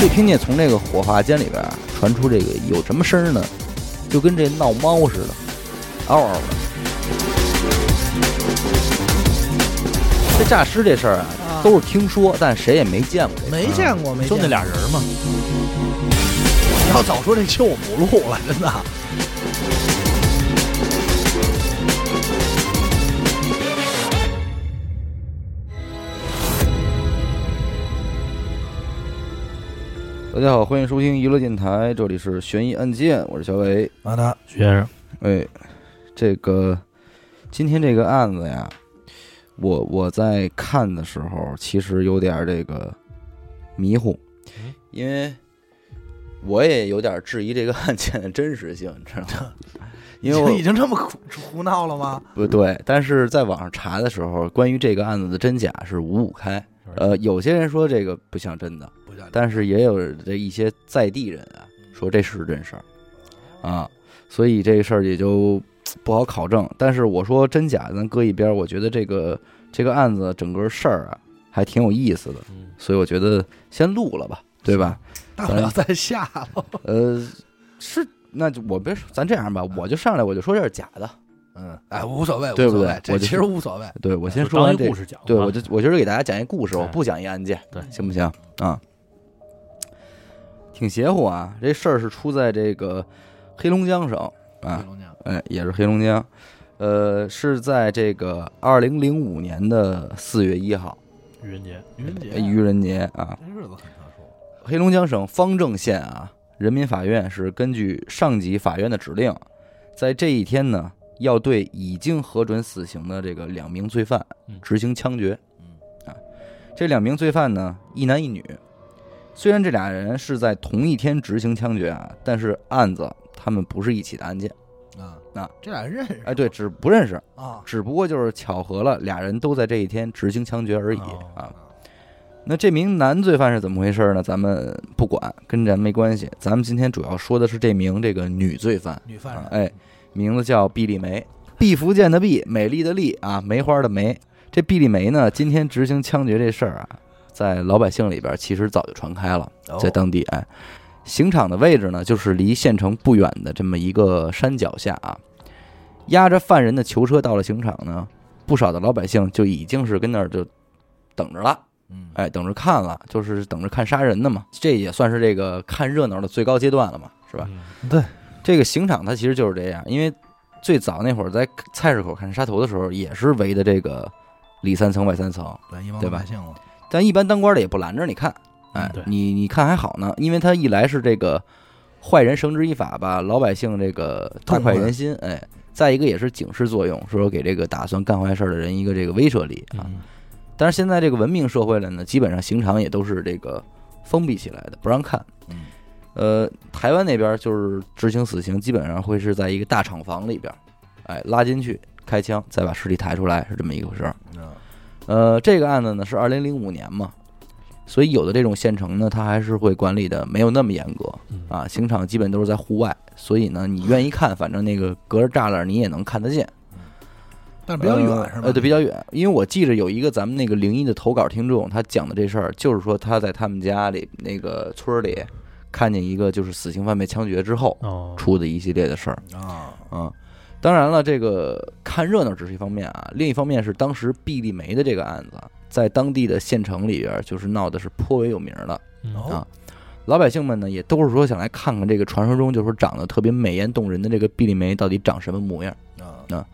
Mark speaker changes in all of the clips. Speaker 1: 就听见从这个火化间里边传出这个有什么声儿呢？就跟这闹猫似的，嗷嗷的。这诈尸这事儿啊，
Speaker 2: 啊
Speaker 1: 都是听说，但谁也没见过这事儿。
Speaker 2: 没见过，没
Speaker 3: 啊就
Speaker 2: 见
Speaker 3: 那
Speaker 2: 过。
Speaker 3: 俩人嘛，
Speaker 2: 要早说这期我不录了，真的。
Speaker 1: 大家好，欢迎收听娱乐电台，这里是悬疑案件，我是小伟。
Speaker 2: 完了，
Speaker 3: 徐先生，
Speaker 1: 哎，这个今天这个案子呀，我我在看的时候，其实有点这个迷糊
Speaker 3: 嗯，
Speaker 1: 因为我也有点质疑这个案件的真实性，你知道吗？因为
Speaker 2: 已
Speaker 1: 我
Speaker 2: 经这么胡胡闹了吗？
Speaker 1: 不对，但是在网上查的时候，关于这个案子的真假是五五开。呃，有些人说这个不像真的，
Speaker 2: 不像
Speaker 1: 但是也有这一些在地人啊说这是真事儿啊，所以这事儿也就不好考证。但是我说真假咱搁一边儿，我觉得这个这个案子整个事儿啊还挺有意思的，
Speaker 3: 嗯
Speaker 1: 所以我觉得先录了吧，对吧？
Speaker 2: 大不了再下了。
Speaker 1: 呃，是，那就我别说，咱这样吧，我就上来我就说这是假的，嗯，
Speaker 2: 哎，无所谓，
Speaker 1: 对不
Speaker 2: 无所谓
Speaker 1: 对
Speaker 2: 这
Speaker 1: 我
Speaker 2: 其
Speaker 1: 就
Speaker 2: 实无所谓。
Speaker 1: 对我先
Speaker 3: 就
Speaker 1: 说
Speaker 3: 当
Speaker 1: 完
Speaker 3: 一
Speaker 1: 这
Speaker 3: 故，事讲吧，
Speaker 1: 对我就我就是给大家讲一故事，我
Speaker 3: 对
Speaker 1: 不讲一案件，
Speaker 3: 对
Speaker 1: 行不行啊？挺邪乎啊！这事儿是出在这个黑龙江省
Speaker 2: 黑
Speaker 1: 啊，
Speaker 2: 龙江
Speaker 1: 哎，也是黑龙江，呃，是在这个二零零五年的四月一号，
Speaker 3: 愚人节，
Speaker 2: 哎愚人节，
Speaker 1: 呃愚人节啊，
Speaker 2: 这日子很特殊。
Speaker 1: 黑龙江省方正县啊，人民法院是根据上级法院的指令，在这一天呢，要对已经核准死刑的这个两名罪犯
Speaker 3: 嗯
Speaker 1: 执行枪决
Speaker 2: 嗯。
Speaker 1: 啊，这两名罪犯呢，一男一女。虽然这俩人是在同一天执行枪决啊，但是案子他们不是一起的案件。
Speaker 2: 啊，
Speaker 1: 啊
Speaker 2: 这俩人认识
Speaker 1: 哎，对，只不认识，
Speaker 2: 啊？
Speaker 1: 只不过就是巧合了，俩人都在这一天执行枪决而已
Speaker 3: 哦
Speaker 1: 啊。那这名男罪犯是怎么回事呢？咱们不管，跟咱没关系。咱们今天主要说的是这名这个女罪犯，
Speaker 2: 女犯
Speaker 1: 啊
Speaker 2: 人，
Speaker 1: 哎，名字叫毕丽梅，毕福剑的毕，美丽的丽啊，梅花的梅。这毕丽梅呢，今天执行枪决这事儿啊，在老百姓里边其实早就传开了，
Speaker 2: 哦
Speaker 1: 在当地哎，刑场的位置呢，就是离县城不远的这么一个山脚下啊。押着犯人的囚车到了刑场呢，不少的老百姓就已经是跟那儿就等着了。
Speaker 2: 嗯，
Speaker 1: 哎，等着看了，就是等着看杀人的嘛，这也算是这个看热闹的最高阶段了嘛，是吧？
Speaker 3: 嗯
Speaker 1: 这个刑场它其实就是这样，因为最早那会儿在菜市口看杀头的时候，也是围的这个里三层外三层，
Speaker 2: 对一帮
Speaker 1: 对
Speaker 2: 老
Speaker 1: 吧
Speaker 2: 百姓了，
Speaker 1: 但一般当官的也不拦着你看，哎
Speaker 3: 嗯对，
Speaker 1: 你你看还好呢，因为他一来是这个坏人绳之以法吧，老百姓这个大快人心，哎，再一个也是警示作用，说给这个打算干坏事的人一个这个威慑力啊。
Speaker 3: 嗯
Speaker 1: 但是现在这个文明社会了呢，基本上刑场也都是这个封闭起来的，不让看。
Speaker 2: 嗯，
Speaker 1: 呃，台湾那边就是执行死刑，基本上会是在一个大厂房里边，哎，拉进去开枪，再把尸体抬出来，是这么一个回事儿。
Speaker 2: 你知道吗
Speaker 1: 呃，这个案子呢是二零零五年嘛，所以有的这种县城呢，它还是会管理的没有那么严格
Speaker 3: 嗯
Speaker 1: 啊，刑场基本都是在户外，所以呢，你愿意看，反正那个隔着栅栏你也能看得见。
Speaker 2: 但是比较远
Speaker 1: 呃
Speaker 2: 是吧？
Speaker 1: 呃，对，比较远，因为我记着有一个咱们那个灵异的投稿听众，他讲的这事儿，就是说他在他们家里那个村儿里看见一个就是死刑犯被枪决之后
Speaker 3: 哦，
Speaker 1: 出的一系列的事儿
Speaker 2: 啊，
Speaker 1: 啊。当然了，这个看热闹只是一方面啊，另一方面是当时毕丽梅的这个案子，在当地的县城里边儿就是闹的是颇为有名儿的，
Speaker 3: 嗯
Speaker 2: 哦
Speaker 1: 老百姓们呢也都是说想来看看这个传说中就是说长得特别美艳动人的这个毕丽梅到底长什么模样。
Speaker 2: 啊，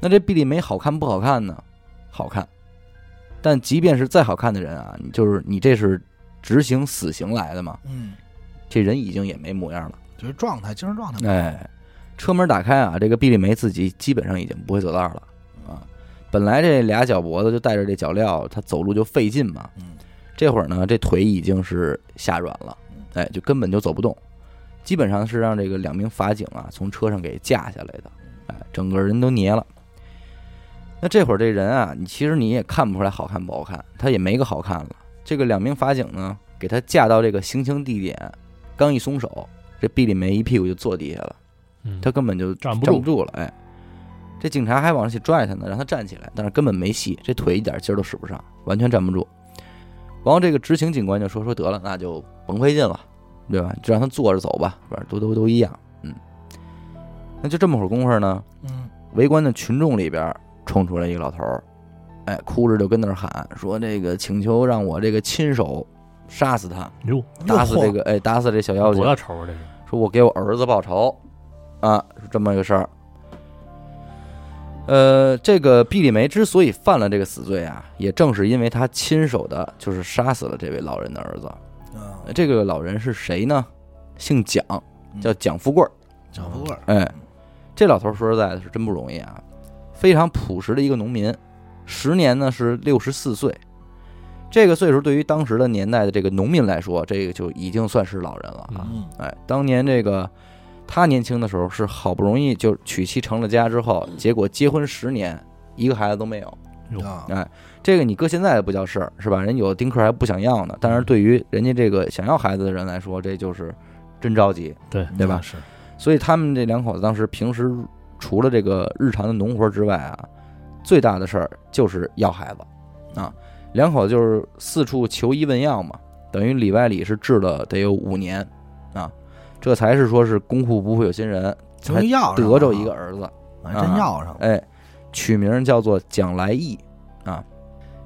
Speaker 1: 那这毕丽梅好看不好看呢？好看，但即便是再好看的人啊，你就是你这是执行死刑来的嘛，
Speaker 2: 嗯，
Speaker 1: 这人已经也没模样了。
Speaker 2: 就是状态，精神状态嘛，
Speaker 1: 哎，车门打开啊，这个毕丽梅自己基本上已经不会走道了啊。本来这俩脚脖子就带着这脚镣，她走路就费劲嘛。
Speaker 2: 嗯，
Speaker 1: 这会儿呢，这腿已经是下软了
Speaker 2: 嗯，
Speaker 1: 哎，就根本就走不动，基本上是让这个两名法警啊从车上给架下来的，哎，整个人都捏了。那这会儿这人啊，你其实你也看不出来好看不好看，他也没个好看了。这个两名法警呢，给他架到这个行刑地点，刚一松手，这毕丽梅一屁股就坐地下了，
Speaker 3: 嗯
Speaker 1: 他根本就
Speaker 3: 站
Speaker 1: 站
Speaker 3: 不住
Speaker 1: 住了，哎。这警察还往上去拽他呢，让他站起来，但是根本没戏，这腿一点劲儿都使不上，完全站不住。然后这个执勤警官就说说得了，那就甭费劲了，对吧？就让他坐着走吧，反正都都都一样。嗯，那就这么会儿功夫呢，
Speaker 2: 嗯，
Speaker 1: 围观的群众里边冲出来一个老头儿，哎，哭着就跟那儿喊说：“这个请求让我这个亲手杀死他，
Speaker 3: 哟，
Speaker 2: 嗯
Speaker 1: 打死这个哎，打死这小妖精
Speaker 3: 多。大仇啊这是？
Speaker 1: 说我给我儿子报仇，啊，是这么一个事儿。呃，这个毕丽梅之所以犯了这个死罪啊，也正是因为她亲手的，就是杀死了这位老人的儿子。
Speaker 2: 啊，
Speaker 1: 呃这个老人是谁呢？姓蒋，
Speaker 2: 嗯
Speaker 1: 叫蒋富贵儿。
Speaker 2: 蒋富贵儿，
Speaker 1: 哎，这老头儿说实在的是真不容易啊，非常朴实的一个农民，时年呢是六十四岁。这个岁数对于当时的年代的这个农民来说，这个就已经算是老人了啊。
Speaker 3: 嗯
Speaker 2: 嗯，
Speaker 1: 哎，当年这个他年轻的时候是好不容易就娶妻成了家之后，结果结婚十年一个孩子都没有。
Speaker 2: 啊，
Speaker 1: 这个你搁现在不叫事儿是吧？人有的丁克还不想要呢。但是对于人家这个想要孩子的人来说，这就是真着急。
Speaker 3: 对
Speaker 1: 对吧
Speaker 2: 那是，
Speaker 1: 所以他们这两口子当时平时除了这个日常的农活之外啊，最大的事儿就是要孩子啊。两口子就是四处求医问药嘛，等于里外里是治了得有五年啊，这才是说是公户不负有心人，
Speaker 2: 终于要上了
Speaker 1: 得着一个，儿子，
Speaker 2: 还真要上了，
Speaker 1: 哎，取名叫做蒋来义啊。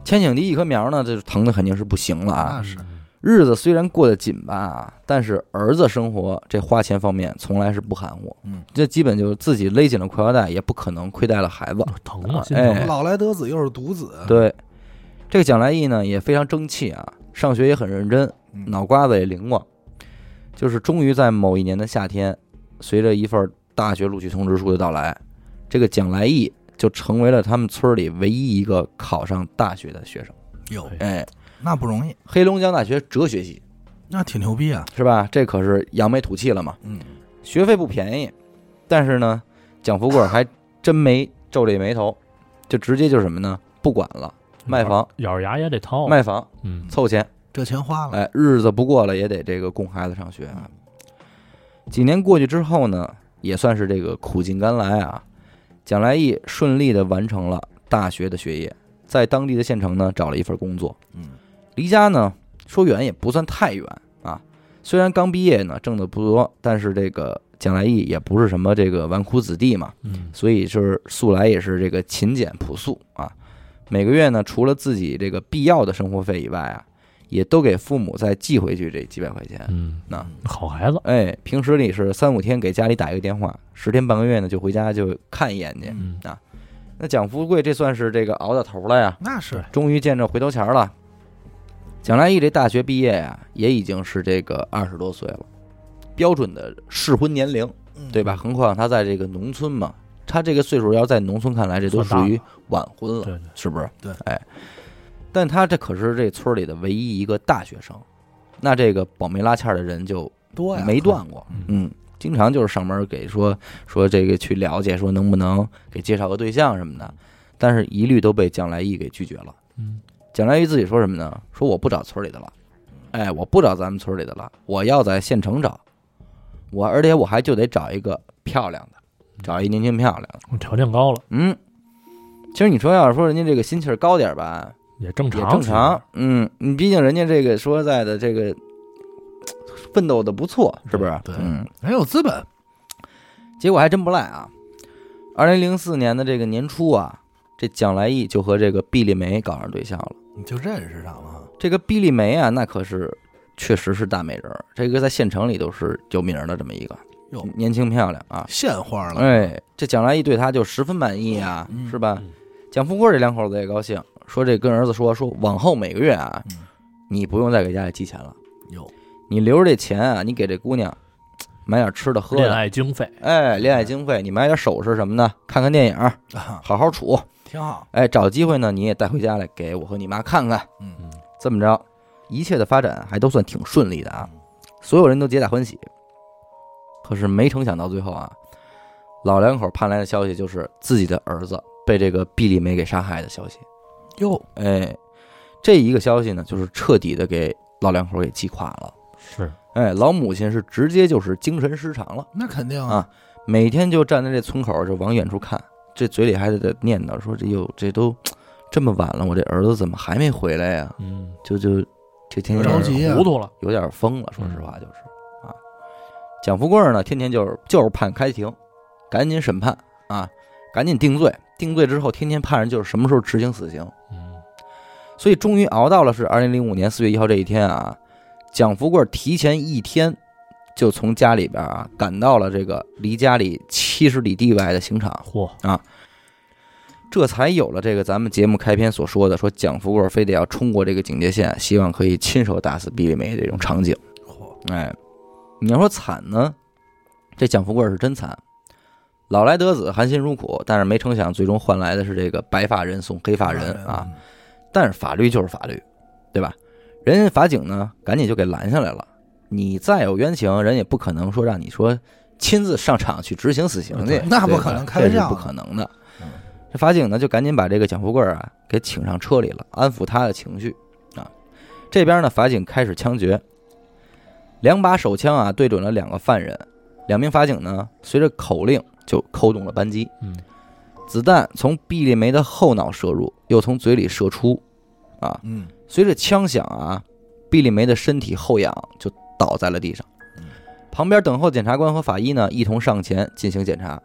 Speaker 1: 千顷地一棵苗呢，这疼的肯定是不行了啊。
Speaker 2: 那是，
Speaker 3: 嗯
Speaker 1: 日子虽然过得紧巴啊，但是儿子生活这花钱方面从来是不含糊，
Speaker 2: 嗯，
Speaker 1: 这基本就是自己勒紧了裤腰带，也不可能亏待了孩子。
Speaker 3: 疼啊，
Speaker 1: 哎
Speaker 3: 心疼
Speaker 1: 哎
Speaker 2: 老来得子又是独子，
Speaker 1: 对，这个蒋来义呢也非常争气啊，上学也很认真，
Speaker 2: 嗯
Speaker 1: 脑瓜子也灵光，就是终于在某一年的夏天，随着一份大学录取通知书的到来，这个蒋来义就成为了他们村里唯一一个考上大学的学生。
Speaker 2: 哟，
Speaker 1: 哎，
Speaker 2: 那不容易，
Speaker 1: 黑龙江大学哲学系
Speaker 2: 那挺牛逼啊，
Speaker 1: 是吧？这可是扬眉吐气了嘛。
Speaker 2: 嗯，
Speaker 1: 学费不便宜，但是呢，蒋富贵儿还真没皱这眉头，就直接就是什么呢？不管了，
Speaker 3: 嗯
Speaker 1: 卖房，
Speaker 3: 咬着牙也得掏。
Speaker 1: 卖房
Speaker 3: 嗯，
Speaker 1: 凑钱，
Speaker 2: 这钱花了，
Speaker 1: 哎，日子不过了也得这个供孩子上学啊。几年过去之后呢，也算是这个苦尽甘来啊。蒋来义顺利的完成了大学的学业，在当地的县城呢找了一份工作。
Speaker 2: 嗯，
Speaker 1: 离家呢说远也不算太远啊，虽然刚毕业呢挣的不多，但是这个蒋来义也不是什么这个纨绔子弟嘛，
Speaker 3: 嗯，
Speaker 1: 所以就是素来也是这个勤俭朴素啊。每个月呢，除了自己这个必要的生活费以外啊，也都给父母再寄回去这几百块钱。
Speaker 3: 嗯，
Speaker 1: 那
Speaker 3: 好孩子，
Speaker 1: 哎，平时里是三五天给家里打一个电话，十天半个月呢就回家就看一眼去。
Speaker 3: 嗯，
Speaker 1: 那蒋富贵这算是这个熬到头了呀，
Speaker 2: 那是，
Speaker 1: 终于见着回头钱儿了。蒋来义这大学毕业呀、也已经是这个二十多岁了，标准的适婚年龄。
Speaker 2: 嗯
Speaker 1: 对吧？？何况他在这个农村嘛，他这个岁数要在农村看来，这都
Speaker 3: 算大
Speaker 1: 属
Speaker 3: 了
Speaker 1: 于晚婚了，
Speaker 3: 对对，
Speaker 1: 是不是？
Speaker 2: 对，
Speaker 1: 哎，但他这可是这村里的唯一一个大学生，那这个保媒拉纤儿的人就
Speaker 2: 多呀，啊
Speaker 1: 没断过，嗯，经常就是上门给说说这个去了解，说能不能给介绍个对象什么的，但是一律都被蒋来义给拒绝了。
Speaker 3: 嗯，
Speaker 1: 蒋来义自己说什么呢？说我不找村里的了，哎，我不找咱们村里的了，我要在县城找，我而且我还就得找一个漂亮的，找一年轻漂亮的。
Speaker 3: 我条件高了
Speaker 1: 嗯，其实你说要是说人家这个心气儿高点儿吧，
Speaker 3: 也正
Speaker 1: 也
Speaker 3: 常，
Speaker 1: 正常。嗯，你毕竟人家这个说实在的，这个奋斗的不错，是不是？
Speaker 2: 对对
Speaker 1: 嗯，
Speaker 2: 很有资本，
Speaker 1: 结果还真不赖啊。二零零四年的这个年初啊，这蒋来义就和这个毕丽梅搞上对象了。
Speaker 2: 你就认识上了啊，
Speaker 1: 这个毕丽梅啊，那可是确实是大美人儿，这个在县城里都是有名儿的这么一个
Speaker 2: 哟，
Speaker 1: 年轻漂亮啊。
Speaker 2: 现花了，
Speaker 1: 哎，这蒋来义对她就十分满意啊，
Speaker 2: 嗯
Speaker 1: 是吧
Speaker 3: 嗯？
Speaker 1: 蒋富贵这两口子也高兴，说这跟儿子说说，往后每个月啊
Speaker 2: 嗯，
Speaker 1: 你不用再给家里寄钱了，
Speaker 2: 哟，
Speaker 1: 你留着这钱啊，你给这姑娘买点吃的喝
Speaker 3: 恋
Speaker 1: 的，
Speaker 3: 爱经费，
Speaker 1: 哎，恋
Speaker 2: 嗯
Speaker 1: 爱经费，你买点首饰什么的，看看电影，
Speaker 2: 啊，
Speaker 1: 好好处。
Speaker 2: 挺好，
Speaker 1: 哎，找机会呢，你也带回家来给我和你妈看看。
Speaker 2: 嗯，
Speaker 1: 这么着，一切的发展还都算挺顺利的啊，
Speaker 2: 嗯
Speaker 1: 所有人都皆大欢喜。可是没成想到最后啊，老两口盼来的消息就是自己的儿子被这个毕丽梅给杀害的消息。
Speaker 2: 哟，
Speaker 1: 哎，这一个消息呢，就是彻底的给老两口给击垮了。
Speaker 3: 是
Speaker 1: 哎，老母亲是直接就是精神失常了。
Speaker 2: 那肯定
Speaker 1: 啊，每天就站在这村口儿就往远处看，这嘴里还得念叨说：“这哟，这都这么晚了，我这儿子怎么还没回来呀、
Speaker 3: 嗯，
Speaker 1: 就就这天天
Speaker 2: 着急啊
Speaker 3: 糊涂了，
Speaker 1: 有点疯了，说实话就是啊。蒋富贵儿呢，天天就是就是盼开庭，赶紧审判啊，赶紧定罪。定罪之后，天天盼着就是什么时候执行死刑。
Speaker 3: 嗯，
Speaker 1: 所以终于熬到了是二零零五年四月一号这一天啊，蒋富贵儿提前一天就从家里边啊赶到了这个离家里七十里地外的刑场，
Speaker 3: 嚯，
Speaker 1: 这才有了这个咱们节目开篇所说的说蒋富贵儿非得要冲过这个警戒线，希望可以亲手打死毕丽梅这种场景。
Speaker 2: 嚯，
Speaker 1: 哎，你要说惨呢，这蒋富贵儿是真惨，老来得子，含辛茹苦，但是没成想最终换来的是这个白发人送黑发人啊。，但是法律就是法律，对吧？人家法警呢，赶紧就给拦下来了。你再有冤情，人也不可能说让你说亲自上场去执行死刑去
Speaker 2: 对，那不
Speaker 1: 对吧
Speaker 2: 可能开玩
Speaker 1: 这是
Speaker 2: 笑
Speaker 1: 不可能的
Speaker 2: 嗯。
Speaker 1: 这法警呢，就赶紧把这个蒋富贵啊给请上车里了，安抚他的情绪啊。这边呢，法警开始枪决，两把手枪啊对准了两个犯人，两名法警呢随着口令就扣动了扳机。
Speaker 3: 嗯，
Speaker 1: 子弹从毕丽梅的后脑射入，又从嘴里射出，啊，
Speaker 2: 嗯，
Speaker 1: 随着枪响啊，毕丽梅的身体后仰，就倒在了地上
Speaker 2: 嗯。
Speaker 1: 旁边等候检察官和法医呢，一同上前进行检查，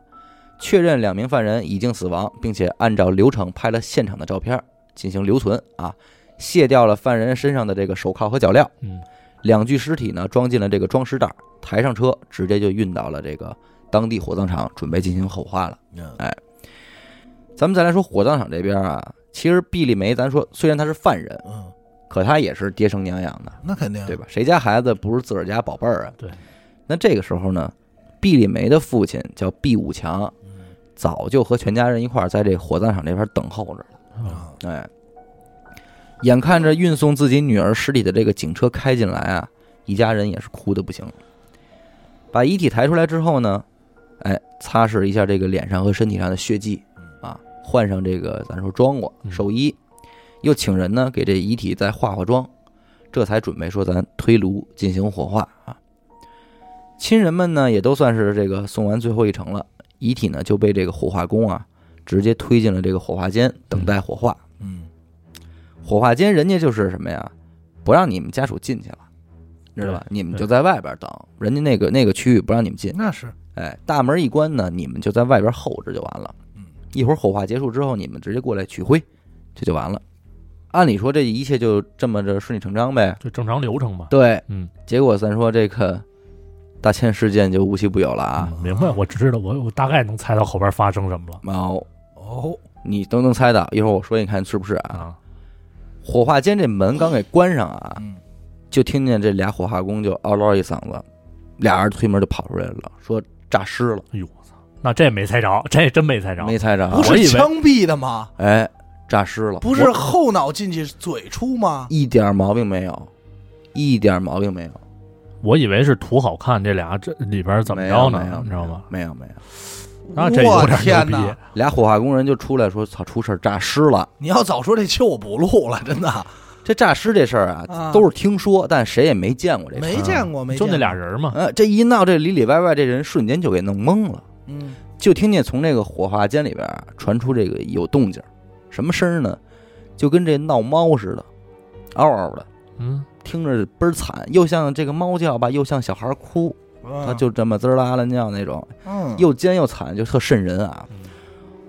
Speaker 1: 确认两名犯人已经死亡，并且按照流程拍了现场的照片进行留存啊，卸掉了犯人身上的这个手铐和脚镣，
Speaker 3: 嗯，
Speaker 1: 两具尸体呢装进了这个装尸袋，抬上车，直接就运到了这个当地火葬场，准备进行火化了。
Speaker 2: 嗯
Speaker 1: 咱们再来说火葬场这边啊，其实毕丽梅，咱说虽然她是犯人，
Speaker 2: 嗯，
Speaker 1: 可她也是爹生娘养的，
Speaker 2: 那肯定
Speaker 1: 对吧？谁家孩子不是自个儿家宝贝儿啊？
Speaker 3: 对。
Speaker 1: 那这个时候呢，毕丽梅的父亲叫毕武强，早就和全家人一块儿在这火葬场这边等候着了。
Speaker 2: 啊，
Speaker 3: 啊，
Speaker 1: 哎，眼看着运送自己女儿尸体的这个警车开进来啊，一家人也是哭的不行了。把遗体抬出来之后呢，哎，擦拭一下这个脸上和身体上的血迹，啊，换上这个咱说装过
Speaker 3: 嗯
Speaker 1: 寿衣，又请人呢给这遗体再化化妆，这才准备说咱推炉进行火化啊。亲人们呢也都算是这个送完最后一程了，遗体呢就被这个火化工啊直接推进了这个火化间等待火化。
Speaker 2: 嗯，
Speaker 1: 火化间人家就是什么呀，不让你们家属进去了，知道吧？你们就在外边等，人家那个那个区域不让你们进。
Speaker 2: 那是
Speaker 1: 哎，大门一关呢，你们就在外边候着就完了
Speaker 2: 嗯。
Speaker 1: 一会儿火化结束之后，你们直接过来取灰，这就完了。按理说这一切就这么着顺理成章呗。
Speaker 3: 就正常流程吧。
Speaker 1: 对，
Speaker 3: 嗯
Speaker 1: 结果咱说这个大千事件就无奇不有了啊。
Speaker 3: 嗯明白，我知道，我我大概能猜到后边发生什么了
Speaker 1: 哦，
Speaker 2: 哦，
Speaker 1: 你都能猜到，一会儿我说你看是不是啊？
Speaker 3: 啊。
Speaker 1: 火化间这门刚给关上啊，
Speaker 2: 嗯
Speaker 1: 就听见这俩火化工就嗷唠一嗓子，俩人推门就跑出来了，说诈尸了，
Speaker 3: 哎呦，我操，那这没猜着，这真没猜着。
Speaker 1: 没猜着啊，
Speaker 2: 不
Speaker 3: 我以
Speaker 2: 是
Speaker 3: 为
Speaker 2: 枪毙的吗？
Speaker 1: 哎，诈尸了，
Speaker 2: 不
Speaker 1: 我
Speaker 2: 是后脑进去嘴出吗？
Speaker 1: 一点毛病没有，一点毛病没有，
Speaker 3: 我以为是图好看，这俩这里边怎么着
Speaker 1: 没有没
Speaker 3: 呢？
Speaker 1: 有
Speaker 3: 你知道吗？
Speaker 1: 没有没有，
Speaker 3: 那这有
Speaker 2: 我
Speaker 3: 点
Speaker 2: 天
Speaker 3: 牛
Speaker 2: 哪
Speaker 3: 逼！！
Speaker 1: 俩火化工人就出来说：“操，出事儿，诈尸了
Speaker 2: 你要早说这期我不录了，真的！”
Speaker 1: 这诈尸这事儿啊，
Speaker 2: 啊
Speaker 1: 都是听说，但谁也没见过这事儿。啊
Speaker 2: 没见过，没见
Speaker 3: 就
Speaker 2: 过
Speaker 3: 那俩，人嘛，
Speaker 1: 呃，这一闹，这里里外外这人瞬间就给弄懵了，
Speaker 2: 嗯，
Speaker 1: 就听见从这个火化间里边啊传出这个有动静儿，什么声儿呢？就跟这闹猫似的，嗷嗷的，
Speaker 3: 嗯，
Speaker 1: 听着倍儿惨，又像这个猫叫吧，又像小孩儿哭，它
Speaker 2: 他
Speaker 1: 就这么滋儿啦啦尿那种，
Speaker 2: 嗯
Speaker 1: 又尖又惨，就特瘆人啊
Speaker 3: 嗯。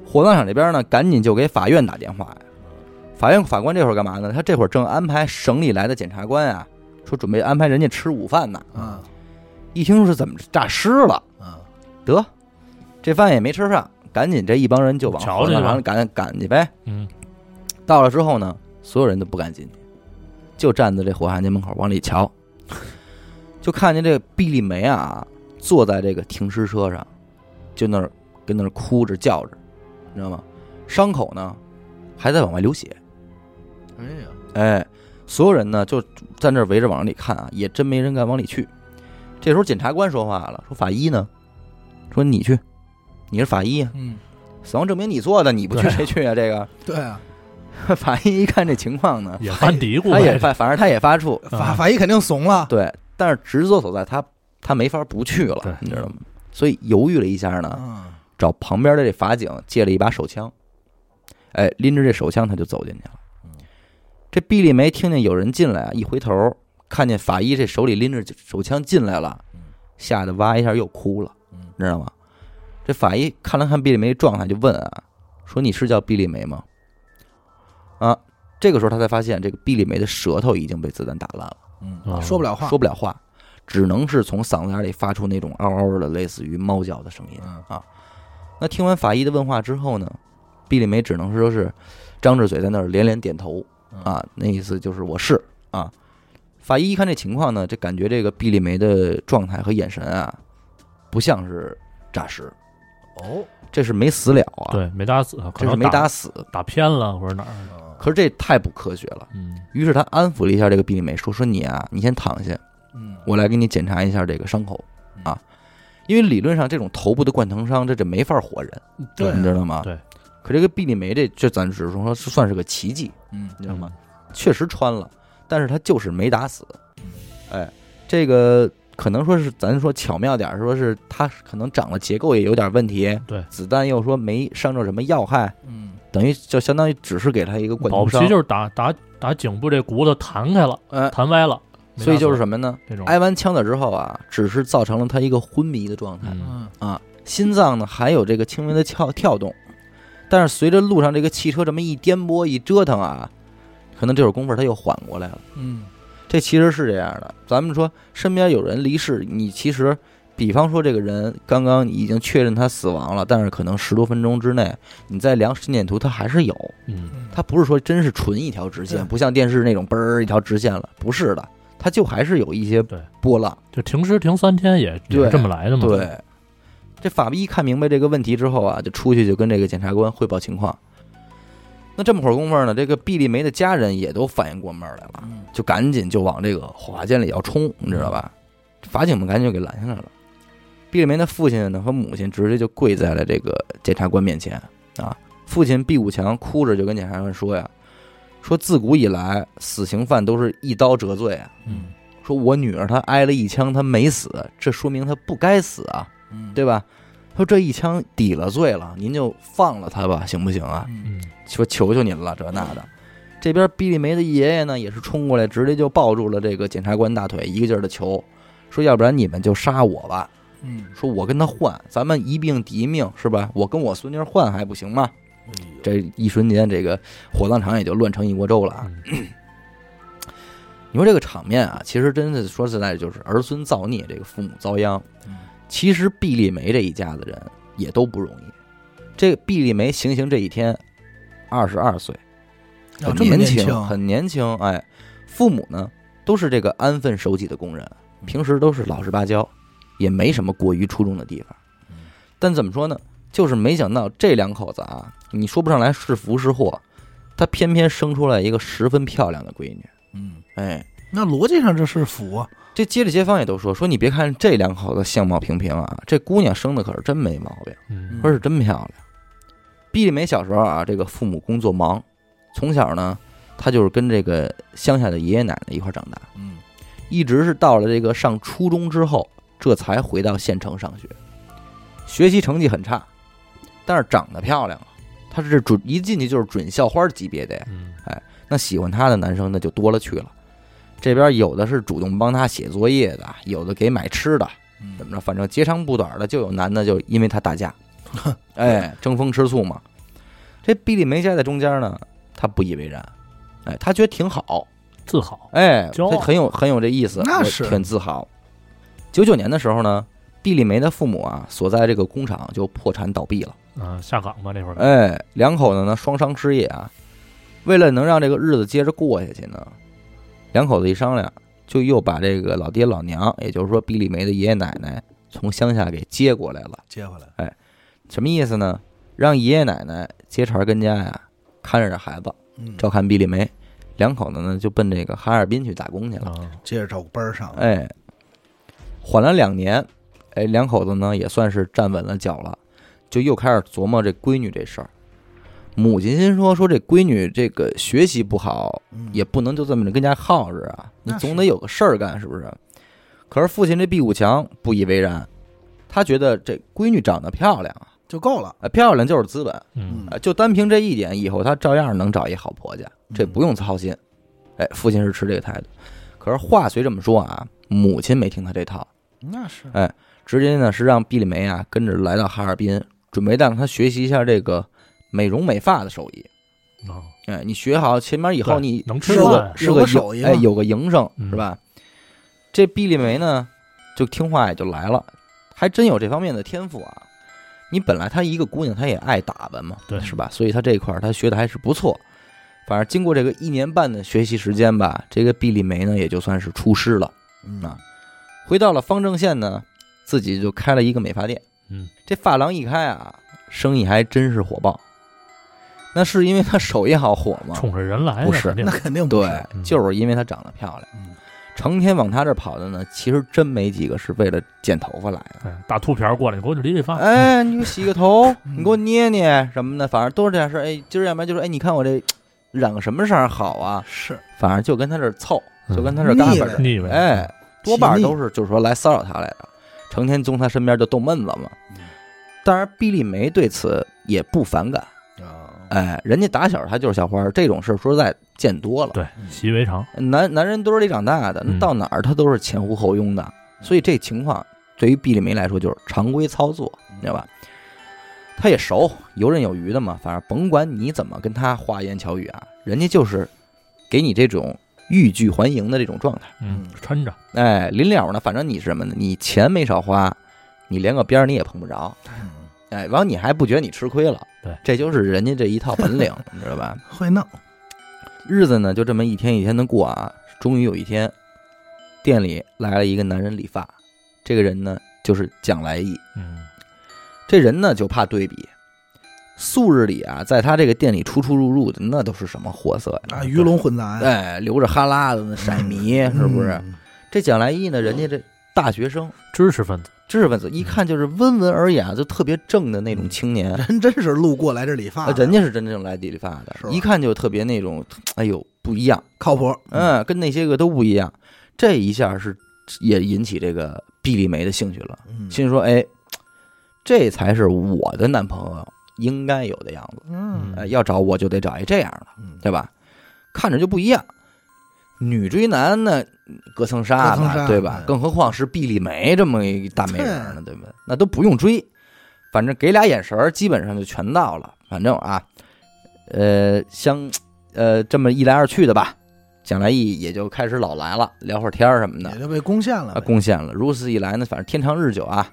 Speaker 1: 火葬场这边呢，赶紧就给法院打电话呀。法院法官这会儿干嘛呢？他这会儿正安排省里来的检察官啊，说准备安排人家吃午饭呢。
Speaker 2: 嗯
Speaker 1: 一听是怎么诈尸了，
Speaker 2: 嗯
Speaker 1: 得这饭也没吃上，赶紧这一帮人就往
Speaker 3: 瞧
Speaker 1: 火
Speaker 3: 去
Speaker 1: 葬场
Speaker 3: 吧
Speaker 1: 赶赶去呗。
Speaker 3: 嗯，
Speaker 1: 到了之后呢，所有人都不敢进去，就站在这火化间门口往里瞧， 就看见这毕丽梅啊坐在这个停尸车上，就那儿跟那儿哭着叫着，你知道吗？伤口呢还在往外流血，
Speaker 2: 哎呀，
Speaker 1: 哎，所有人呢就在那儿围着往里看啊，也真没人敢往里去。这时候检察官说话了，说法医呢，说你去，你是法医啊，
Speaker 2: 嗯，
Speaker 1: 死亡证明你做的，你不去
Speaker 3: 对啊
Speaker 1: 谁去啊？这个
Speaker 2: 对啊，
Speaker 1: 法医一看这情况呢，
Speaker 3: 也犯嘀咕
Speaker 1: 哎他也
Speaker 3: 呗，
Speaker 1: 发，反正他也发怵，
Speaker 2: 法法医肯定怂了，
Speaker 1: 对，但是职责所在，他他没法不去
Speaker 3: 对
Speaker 1: 了，你知道吗？所以犹豫了一下呢，
Speaker 2: 嗯，
Speaker 1: 找旁边的这法警借了一把手枪，哎，拎着这手枪他就走进去了
Speaker 2: 嗯。
Speaker 1: 这毕丽梅听见有人进来啊，一回头看见法医这手里拎着手枪进来了
Speaker 2: 嗯，
Speaker 1: 吓得哇一下又哭了
Speaker 2: 嗯，
Speaker 1: 你知道吗？这法医看了看毕丽梅状态，就问啊，说你是叫毕丽梅吗？啊，这个时候他才发现这个毕丽梅的舌头已经被子弹打烂了。
Speaker 2: 嗯，
Speaker 3: 哦
Speaker 2: 说不了话，
Speaker 1: 说不了话，只能是从嗓子眼里发出那种嗷嗷的类似于猫叫的声音
Speaker 2: 嗯
Speaker 1: 啊。那听完法医的问话之后呢，毕丽梅只能是说是张着嘴在那儿连连点头
Speaker 2: 嗯
Speaker 1: 啊，那意思就是我是啊。法医一看这情况呢，这感觉这个毕丽梅的状态和眼神啊，不像是诈尸，
Speaker 2: 哦，
Speaker 1: 这是没死了啊，
Speaker 3: 对，没打死，可
Speaker 1: 这是
Speaker 3: 能
Speaker 1: 没打死。
Speaker 3: 打偏了或者哪儿，
Speaker 2: 嗯
Speaker 1: 可是这太不科学了。
Speaker 3: 嗯
Speaker 1: 于是他安抚了一下这个毕丽梅，说：“说你啊，你先躺下，
Speaker 2: 嗯，
Speaker 1: 我来给你检查一下这个伤口
Speaker 3: 嗯
Speaker 1: 啊，因为理论上这种头部的贯疼伤，这这没法活人，
Speaker 2: 对啊
Speaker 1: 你知道吗？
Speaker 3: 对。
Speaker 1: 可这个毕丽梅这这咱只是说是算是个奇迹，
Speaker 2: 嗯
Speaker 1: 你知道吗？确实穿了，但是他就是没打死。
Speaker 3: 嗯
Speaker 1: 哎，这个可能说是咱说巧妙点儿，说是他可能长了结构也有点问题，
Speaker 3: 对，
Speaker 1: 子弹又说没伤着什么要害，
Speaker 2: 嗯，
Speaker 1: 等于就相当于只是给他一个贯
Speaker 3: 保
Speaker 1: 通
Speaker 3: 不
Speaker 1: 伤
Speaker 3: 齐，就是打打打颈部这骨头弹开了，
Speaker 1: 哎，
Speaker 3: 弹歪了，没
Speaker 1: 所以就是
Speaker 3: 打死
Speaker 1: 什么呢？
Speaker 3: 这种，
Speaker 1: 挨完枪的之后啊，只是造成了他一个昏迷的状态。
Speaker 3: 嗯，
Speaker 2: 嗯
Speaker 1: 啊，心脏呢还有这个轻微的跳跳动，但是随着路上这个汽车这么一颠簸一折腾啊，可能这会儿功夫他又缓过来了。
Speaker 2: 嗯，
Speaker 1: 这其实是这样的，咱们说身边有人离世，你其实，比方说这个人刚刚已经确认他死亡了，但是可能十多分钟之内，你再量心电图，他还是有，
Speaker 3: 嗯，
Speaker 1: 他不是说真是纯一条直线，
Speaker 2: 对
Speaker 1: 不像电视那种嘣儿一条直线了，不是的，他就还是有一些
Speaker 3: 对
Speaker 1: 波浪。
Speaker 3: 就停尸停三天也也
Speaker 1: 对
Speaker 3: 是这么来的嘛，
Speaker 1: 对，这法医看明白这个问题之后啊，就出去就跟这个检察官汇报情况。那这么会儿功夫呢，这个毕丽梅的家人也都反应过味儿来了，
Speaker 2: 嗯
Speaker 1: 就赶紧就往这个火化间里要冲，你知道吧？法警们赶紧就给拦下来了。毕丽梅的父亲呢和母亲直接就跪在了这个检察官面前啊。父亲毕武强哭着就跟检察官说呀：“说自古以来，死刑犯都是一刀折罪啊。
Speaker 3: 嗯，
Speaker 1: 说我女儿她挨了一枪，她没死，这说明她不该死啊。
Speaker 2: 嗯，
Speaker 1: 对吧？说这一枪抵了罪了，您就放了他吧，行不行啊？
Speaker 2: 嗯，
Speaker 3: 嗯，
Speaker 1: 说求求您了，这那的。这边毕丽梅的爷爷呢，也是冲过来，直接就抱住了这个检察官大腿，一个劲儿的求，说要不然你们就杀我吧，
Speaker 2: 嗯，
Speaker 1: 说我跟他换，咱们一命抵一命，是吧？我跟我孙女换还不行吗？
Speaker 2: 哎
Speaker 1: 这一瞬间，这个火葬场也就乱成一锅粥了啊！
Speaker 3: 嗯
Speaker 1: 你说这个场面啊，其实真的说实在的，就是儿孙造孽，这个父母遭殃。
Speaker 2: 嗯
Speaker 1: 其实毕丽梅这一家子人也都不容易。这个毕丽梅行刑这一天，二十二岁，
Speaker 2: 啊
Speaker 1: 很
Speaker 2: 这么
Speaker 1: 年
Speaker 2: 轻，
Speaker 1: 很年轻。哎，父母呢都是这个安分守己的工人，
Speaker 2: 嗯
Speaker 1: 平时都是老实巴交，也没什么过于出众的地方
Speaker 2: 嗯。
Speaker 1: 但怎么说呢，就是没想到这两口子啊，你说不上来是福是祸，他偏偏生出来一个十分漂亮的闺女。
Speaker 2: 嗯，
Speaker 1: 哎，
Speaker 2: 那逻辑上这是福啊，
Speaker 1: 这街里街坊也都说说，你别看这两口子相貌平平啊，这姑娘生的可是真没毛病。
Speaker 3: 嗯，
Speaker 1: 说是真漂亮。毕丽梅小时候啊，这个父母工作忙，从小呢，她就是跟这个乡下的爷爷奶奶一块儿长大，
Speaker 2: 嗯
Speaker 1: 一直是到了这个上初中之后，这才回到县城上学。学习成绩很差，但是长得漂亮啊，她是准一进去就是准校花级别的呀。
Speaker 3: 嗯，
Speaker 1: 那喜欢她的男生那就多了去了，这边有的是主动帮她写作业的，有的给买吃的，
Speaker 2: 嗯
Speaker 1: 怎么着，反正截长不短的，就有男的就因为他打架，哎，争风吃醋嘛。这毕丽梅夹在中间呢，她不以为然，哎，她觉得挺好，
Speaker 3: 自好，
Speaker 1: 哎，
Speaker 3: 骄傲
Speaker 1: 她很有很有这意思，
Speaker 2: 那是
Speaker 1: 挺自豪。九九年的时候呢，毕丽梅的父母啊所在这个工厂就破产倒闭了，
Speaker 3: 嗯，下岗吧这会儿，
Speaker 1: 哎，两口子呢双商失业啊，为了能让这个日子接着过下去呢，两口子一商量，就又把这个老爹老娘，也就是说毕丽梅的爷爷奶奶从乡下给接过来了。
Speaker 2: 接回来，
Speaker 1: 什么意思呢？让爷爷奶奶接茬儿跟家呀，看着这孩子，
Speaker 2: 嗯，
Speaker 1: 照看毕丽梅，两口子呢就奔这个哈尔滨去打工去了。
Speaker 3: 啊，
Speaker 2: 接着照顾班儿上，
Speaker 1: 哎，缓了两年，哎，两口子呢也算是站稳了脚了，就又开始琢磨这闺女这事儿。母亲心说说这闺女这个学习不好，
Speaker 2: 嗯
Speaker 1: 也不能就这么着跟家耗着啊，你
Speaker 2: 那是
Speaker 1: 总得有个事儿干，是不是？可是父亲这毕武强不以为然，他觉得这闺女长得漂亮啊，
Speaker 2: 就够了，
Speaker 1: 呃漂亮就是资本，
Speaker 3: 嗯
Speaker 1: 呃，就单凭这一点，以后她照样能找一好婆家，这不用操心。哎，父亲是持这个态度。可是话虽这么说啊，母亲没听他这套，
Speaker 2: 嗯那是
Speaker 3: 哎
Speaker 1: 直接呢是让毕丽梅啊跟着来到哈尔滨，准备让她学习一下这个美容美发的手艺。
Speaker 3: 啊，
Speaker 1: 哎，你学好前面以后
Speaker 3: 对
Speaker 1: 你
Speaker 3: 能吃
Speaker 1: 是个
Speaker 3: 饭
Speaker 1: 是
Speaker 2: 有
Speaker 1: 个
Speaker 2: 个
Speaker 1: 营
Speaker 2: 手艺嘛
Speaker 1: 哎，有个营生
Speaker 3: 嗯
Speaker 1: 是吧？这毕丽梅呢，就听话也就来了，还真有这方面的天赋啊。你本来她一个姑娘，她也爱打扮嘛，
Speaker 3: 对
Speaker 1: 是吧？所以她这一块儿她学的还是不错。反正经过这个一年半的学习时间吧，这个毕丽梅呢也就算是出师了。
Speaker 2: 嗯
Speaker 1: 啊回到了方正县呢，自己就开了一个美发店。
Speaker 3: 嗯，
Speaker 1: 这发廊一开啊，生意还真是火爆。那是因为她手艺好火吗？
Speaker 3: 冲着人来的
Speaker 1: 不是
Speaker 3: 肯定
Speaker 2: 那肯定不
Speaker 1: 对
Speaker 2: 是，
Speaker 3: 嗯，
Speaker 1: 就是因为她长得漂亮，
Speaker 2: 嗯
Speaker 1: 成天往她这儿跑的呢，其实真没几个是为了剪头发来的。
Speaker 3: 哎大秃瓢过来，你给我理理发，
Speaker 1: 哎，你给我洗个头，你给我捏捏什么的，反正都是这样事儿。哎，今儿要不然就是哎，你看我这染个什么色儿好啊？
Speaker 2: 是
Speaker 1: 反正就跟她这儿凑，就跟她这儿
Speaker 2: 嗯
Speaker 1: 干
Speaker 2: 腻
Speaker 1: 巴
Speaker 2: 歪
Speaker 1: 着。
Speaker 3: 腻歪，
Speaker 1: 哎，多半儿
Speaker 2: 腻
Speaker 1: 都是就是说来骚扰她来的，成天从她身边就逗闷子嘛
Speaker 2: 嗯。
Speaker 1: 当然，毕丽梅对此也不反感。
Speaker 2: 啊，
Speaker 1: 哎，人家打小她就是小花儿，这种事儿说实在见多了。
Speaker 3: 对，习以为常，
Speaker 1: 男男人堆里长大的，
Speaker 3: 嗯
Speaker 1: 到哪儿他都是前呼后拥的，所以这情况对于毕丽梅来说就是常规操作，
Speaker 2: 嗯
Speaker 1: 你知道吧？他也熟，游刃有余的嘛，反正甭管你怎么跟他花言巧语啊，人家就是给你这种欲拒还迎的这种状态。
Speaker 3: 嗯
Speaker 2: 嗯，
Speaker 3: 抻着，
Speaker 1: 哎，临了呢，反正你是什么呢？你钱没少花，你连个边儿你也碰不着，
Speaker 2: 嗯
Speaker 1: 哎，完了你还不觉得你吃亏了？
Speaker 3: 对
Speaker 1: 这就是人家这一套本领，你知道吧？
Speaker 2: 会弄，啊
Speaker 1: 日子呢就这么一天一天的过啊。终于有一天，店里来了一个男人理发，这个人呢就是蒋来义。
Speaker 3: 嗯，
Speaker 1: 这人呢就怕对比，素日里啊，在他这个店里出出入入的那都是什么货色呀？
Speaker 2: 啊，鱼龙混杂呀，
Speaker 1: 哎，流着哈喇子那色 迷哎是不是？
Speaker 2: 嗯？
Speaker 1: 这蒋来义呢，人家这大学生。
Speaker 3: 知识分子，
Speaker 1: 知识分子一看就是温文尔雅，就特别正的那种青年，
Speaker 2: 人真嗯是路过来这理发
Speaker 1: 啊
Speaker 2: 的，
Speaker 1: 人家是真正来理发的
Speaker 2: 是，啊吧
Speaker 1: 一看就特别那种，哎呦不一样，
Speaker 2: 靠谱，
Speaker 1: 嗯，跟那些个都不一样。这一下是也引起这个毕丽梅的兴趣了，
Speaker 2: 嗯，
Speaker 1: 心说：“哎，这才是我的男朋友应该有的样子。
Speaker 2: 嗯
Speaker 1: 哎，要找我就得找一这样的，
Speaker 2: 嗯，
Speaker 1: 对吧？看着就不一样。女追男呢，隔层纱
Speaker 2: 隔层
Speaker 1: 吧，
Speaker 2: 纱
Speaker 1: 对吧？
Speaker 2: 嗯
Speaker 1: 更何况是毕丽梅这么一大美人儿呢，对吧？那都不用追，反正给俩眼神儿，基本上就全到了。反正啊，呃，相呃这么一来二去的吧，蒋来义也就开始老来了，聊会儿天儿什么的
Speaker 2: 也，就被攻陷
Speaker 1: 啊，
Speaker 2: 了呗，
Speaker 1: 贡献了。如此一来呢，反正天长日久啊，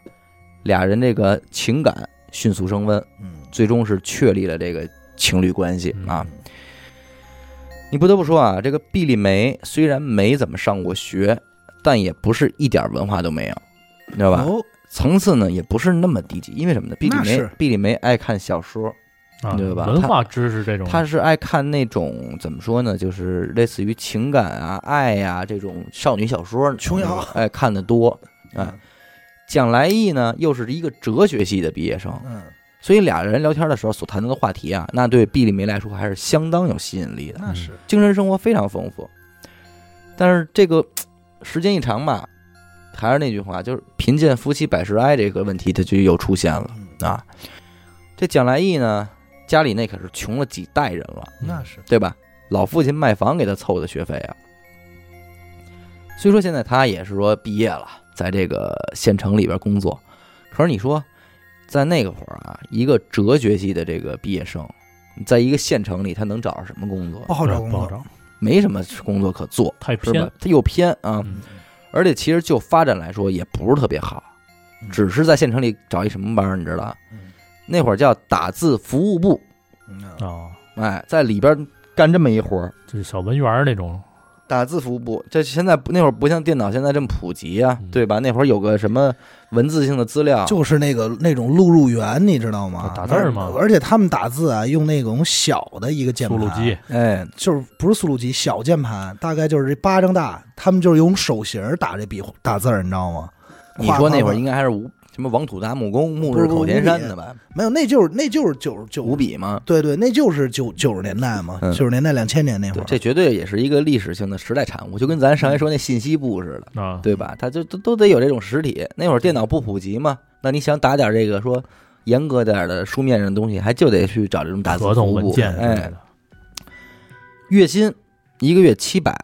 Speaker 1: 俩人这个情感迅速升温，
Speaker 2: 嗯，
Speaker 1: 最终是确立了这个情侣关系
Speaker 3: 嗯
Speaker 1: 啊。你不得不说啊，这个毕丽梅虽然没怎么上过学，但也不是一点文化都没有，你知道吧？
Speaker 2: 哦，
Speaker 1: 层次呢也不是那么低级，因为什么呢？毕丽
Speaker 2: 那
Speaker 1: 梅
Speaker 2: 是，
Speaker 1: 毕丽梅爱看小说，
Speaker 3: 啊
Speaker 1: 对吧
Speaker 3: 文化知识这种，
Speaker 1: 她是爱看那种怎么说呢，就是类似于情感啊、爱呀、这种少女小说，
Speaker 2: 琼瑶
Speaker 1: 哎看的多。哎
Speaker 2: 嗯
Speaker 1: 蒋来义呢又是一个哲学系的毕业生，
Speaker 2: 嗯，
Speaker 1: 所以俩人聊天的时候所谈到的话题啊，那对毕丽梅来说还是相当有吸引力的。
Speaker 2: 那
Speaker 3: 嗯
Speaker 2: 是
Speaker 1: 精神生活非常丰富。但是这个时间一长吧，还是那句话，就是贫贱夫妻百事哀这个问题，它就又出现了
Speaker 2: 嗯
Speaker 1: 啊。这蒋来义呢，家里那可是穷了几代人了，
Speaker 3: 嗯
Speaker 2: 那是，
Speaker 1: 对吧？老父亲卖房给他凑的学费啊。虽说现在他也是说毕业了，在这个县城里边工作，可是你说，在那个会儿啊，一个哲学系的这个毕业生，在一个县城里，他能找着什么工作？
Speaker 2: 不好
Speaker 3: 对
Speaker 2: 找工
Speaker 3: 不好
Speaker 2: 作，
Speaker 3: 找，
Speaker 1: 没什么工作可做，
Speaker 3: 嗯太
Speaker 1: 是吧
Speaker 3: 偏，？
Speaker 1: 它又偏啊，
Speaker 3: 嗯
Speaker 1: 而且其实就发展来说也不是特别好，
Speaker 2: 嗯
Speaker 1: 只是在县城里找一什么班儿，你知道
Speaker 2: 嗯？
Speaker 1: 那会儿叫打字服务部，
Speaker 2: 嗯啊
Speaker 3: 啊，
Speaker 1: 哎，在里边干这么一活儿，
Speaker 3: 这小文员儿那种，
Speaker 1: 打字服务部。这现在不那会儿不像电脑现在这么普及啊
Speaker 3: 嗯，
Speaker 1: 对吧？那会儿有个什么文字性的资料，
Speaker 2: 就是那个那种录入员，你知道吗？
Speaker 3: 啊打字儿吗
Speaker 2: 而而且他们打字啊，用那种小的一个键
Speaker 3: 速
Speaker 2: 盘，
Speaker 3: 录机，
Speaker 1: 哎，
Speaker 2: 就是不是速录机，小键盘，大概就是这巴掌大。他们就是用手型儿打这笔打字儿，你知道吗？
Speaker 1: 你说那会儿应
Speaker 2: 该
Speaker 1: 该还是无什么王土大木工、木日口田山的吧？
Speaker 2: 没有，那就是那就是九十九
Speaker 1: 五，笔吗？
Speaker 2: 对对，那就是九九十年代嘛，
Speaker 1: 嗯
Speaker 2: 九十年代两千年那会
Speaker 1: 对，
Speaker 2: 儿，
Speaker 1: 这绝对也是一个历史性的时代产物，就跟咱上回说那信息部似
Speaker 2: 嗯
Speaker 1: 的。
Speaker 3: 啊，
Speaker 1: 对吧？它就都都得有这种实体。那会儿电脑不普及嘛，那你想打点这个说严格点儿的书面上的东西，还就得去找这种打字哎
Speaker 3: 合同
Speaker 1: 服务
Speaker 3: 文件之类
Speaker 1: 哎，
Speaker 3: 的，
Speaker 1: 月薪一个月七百，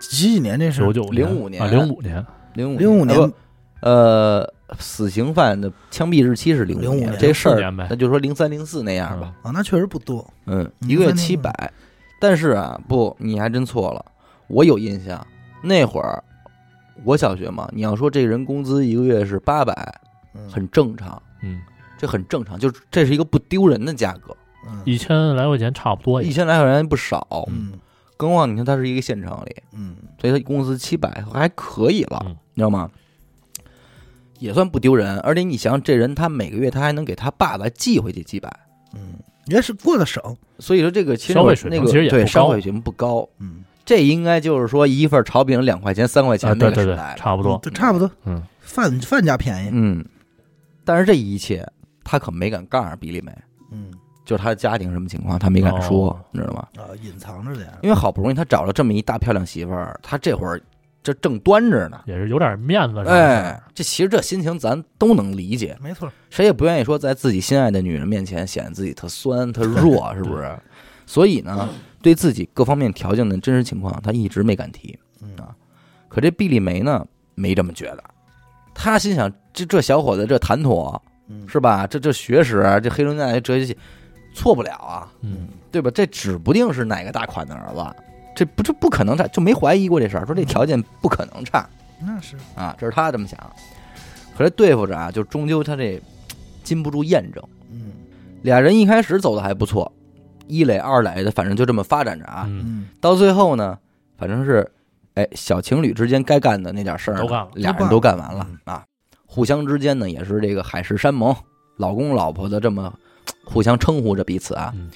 Speaker 2: 几几年这是
Speaker 3: 九？九
Speaker 1: 05年
Speaker 3: 啊，零五年，
Speaker 1: 零五
Speaker 2: 零五
Speaker 1: 年
Speaker 2: 年
Speaker 1: 啊不呃，死刑犯的枪毙日期是零
Speaker 2: 05
Speaker 1: 年
Speaker 2: 年，
Speaker 1: 这事
Speaker 3: 04
Speaker 1: 儿
Speaker 3: 年呗
Speaker 1: 那就说零三零四那样吧，
Speaker 3: 嗯
Speaker 2: 啊，那确实不多。
Speaker 1: 嗯，
Speaker 2: 嗯
Speaker 1: 一个月
Speaker 2: 那
Speaker 1: 七
Speaker 2: 那
Speaker 1: 百
Speaker 2: 个，
Speaker 1: 但是啊，不，你还真错了，我有印象，那会儿我小学嘛，你要说这人工资一个月是八百，
Speaker 2: 嗯
Speaker 1: 很正常，
Speaker 3: 嗯，
Speaker 1: 这很正常，就是这是一个不丢人的价格，
Speaker 2: 嗯
Speaker 3: 一千来块钱差不多也
Speaker 1: 一千来块钱不少，
Speaker 2: 嗯
Speaker 1: 更何况你看他是一个县城里，
Speaker 2: 嗯
Speaker 1: 所以他工资七百还可以了，
Speaker 3: 嗯
Speaker 1: 你知道吗？也算不丢人，而且你想想，这人他每个月他还能给他爸爸寄回去几百，
Speaker 2: 嗯，也是过得省。
Speaker 1: 所以说这个其实
Speaker 3: 消费
Speaker 1: 我
Speaker 3: 水
Speaker 1: 那
Speaker 3: 平
Speaker 1: 个
Speaker 3: 其实也
Speaker 1: 对
Speaker 3: 不
Speaker 1: 消
Speaker 3: 高
Speaker 1: 费水平不高，
Speaker 2: 嗯，
Speaker 1: 这应该就是说一份炒饼两块钱、三块
Speaker 3: 啊，
Speaker 1: 钱那
Speaker 3: 对
Speaker 1: 个
Speaker 3: 对
Speaker 1: 时
Speaker 3: 对
Speaker 1: 代，了。
Speaker 3: 差不多
Speaker 2: 嗯，对差不多。
Speaker 3: 嗯，
Speaker 2: 饭饭价便宜。
Speaker 1: 嗯，但是这一切他可没敢告诉比利梅，
Speaker 2: 嗯
Speaker 1: 就是他的家庭什么情况，他没敢说，
Speaker 3: 哦
Speaker 1: 你知道吗？
Speaker 2: 啊，隐藏着点。
Speaker 1: 因为好不容易他找了这么一大漂亮媳妇儿，他这会儿这正端着呢。
Speaker 3: 也是有点面子上的事
Speaker 1: 哎
Speaker 3: 儿，，
Speaker 1: 这其实这心情咱都能理解，
Speaker 2: 没错，
Speaker 1: 谁也不愿意说在自己心爱的女人面前显得自己特酸、特 弱，是不是？所以呢，对自己各方面条件的真实情况，他一直没敢提。
Speaker 2: 嗯
Speaker 1: 啊可这毕丽梅呢，没这么觉得。她心想：这这小伙子这谈吐
Speaker 2: 嗯
Speaker 1: 是吧？这这学识，啊这黑龙江这哲学系，错不了啊，
Speaker 3: 嗯，
Speaker 1: 对吧？这指不定是哪个大款的儿子，这不这不可能差，就没怀疑过这事儿，说
Speaker 2: 嗯
Speaker 1: 这条件不可能差
Speaker 2: 那是
Speaker 1: 啊，这是他这么想。可是对付着啊，就终究他这禁不住验证。
Speaker 2: 嗯
Speaker 1: 俩人一开始走的还不错，一垒二垒的，反正就这么发展着啊。
Speaker 3: 嗯，
Speaker 2: 嗯
Speaker 1: 到最后呢，反正是，哎，小情侣之间该干的那点事儿呢
Speaker 3: 都干了
Speaker 1: 俩人都干完了啊。互相之间呢，也是这个海誓山盟，老公老婆的这么互相称呼着彼此啊。
Speaker 3: 嗯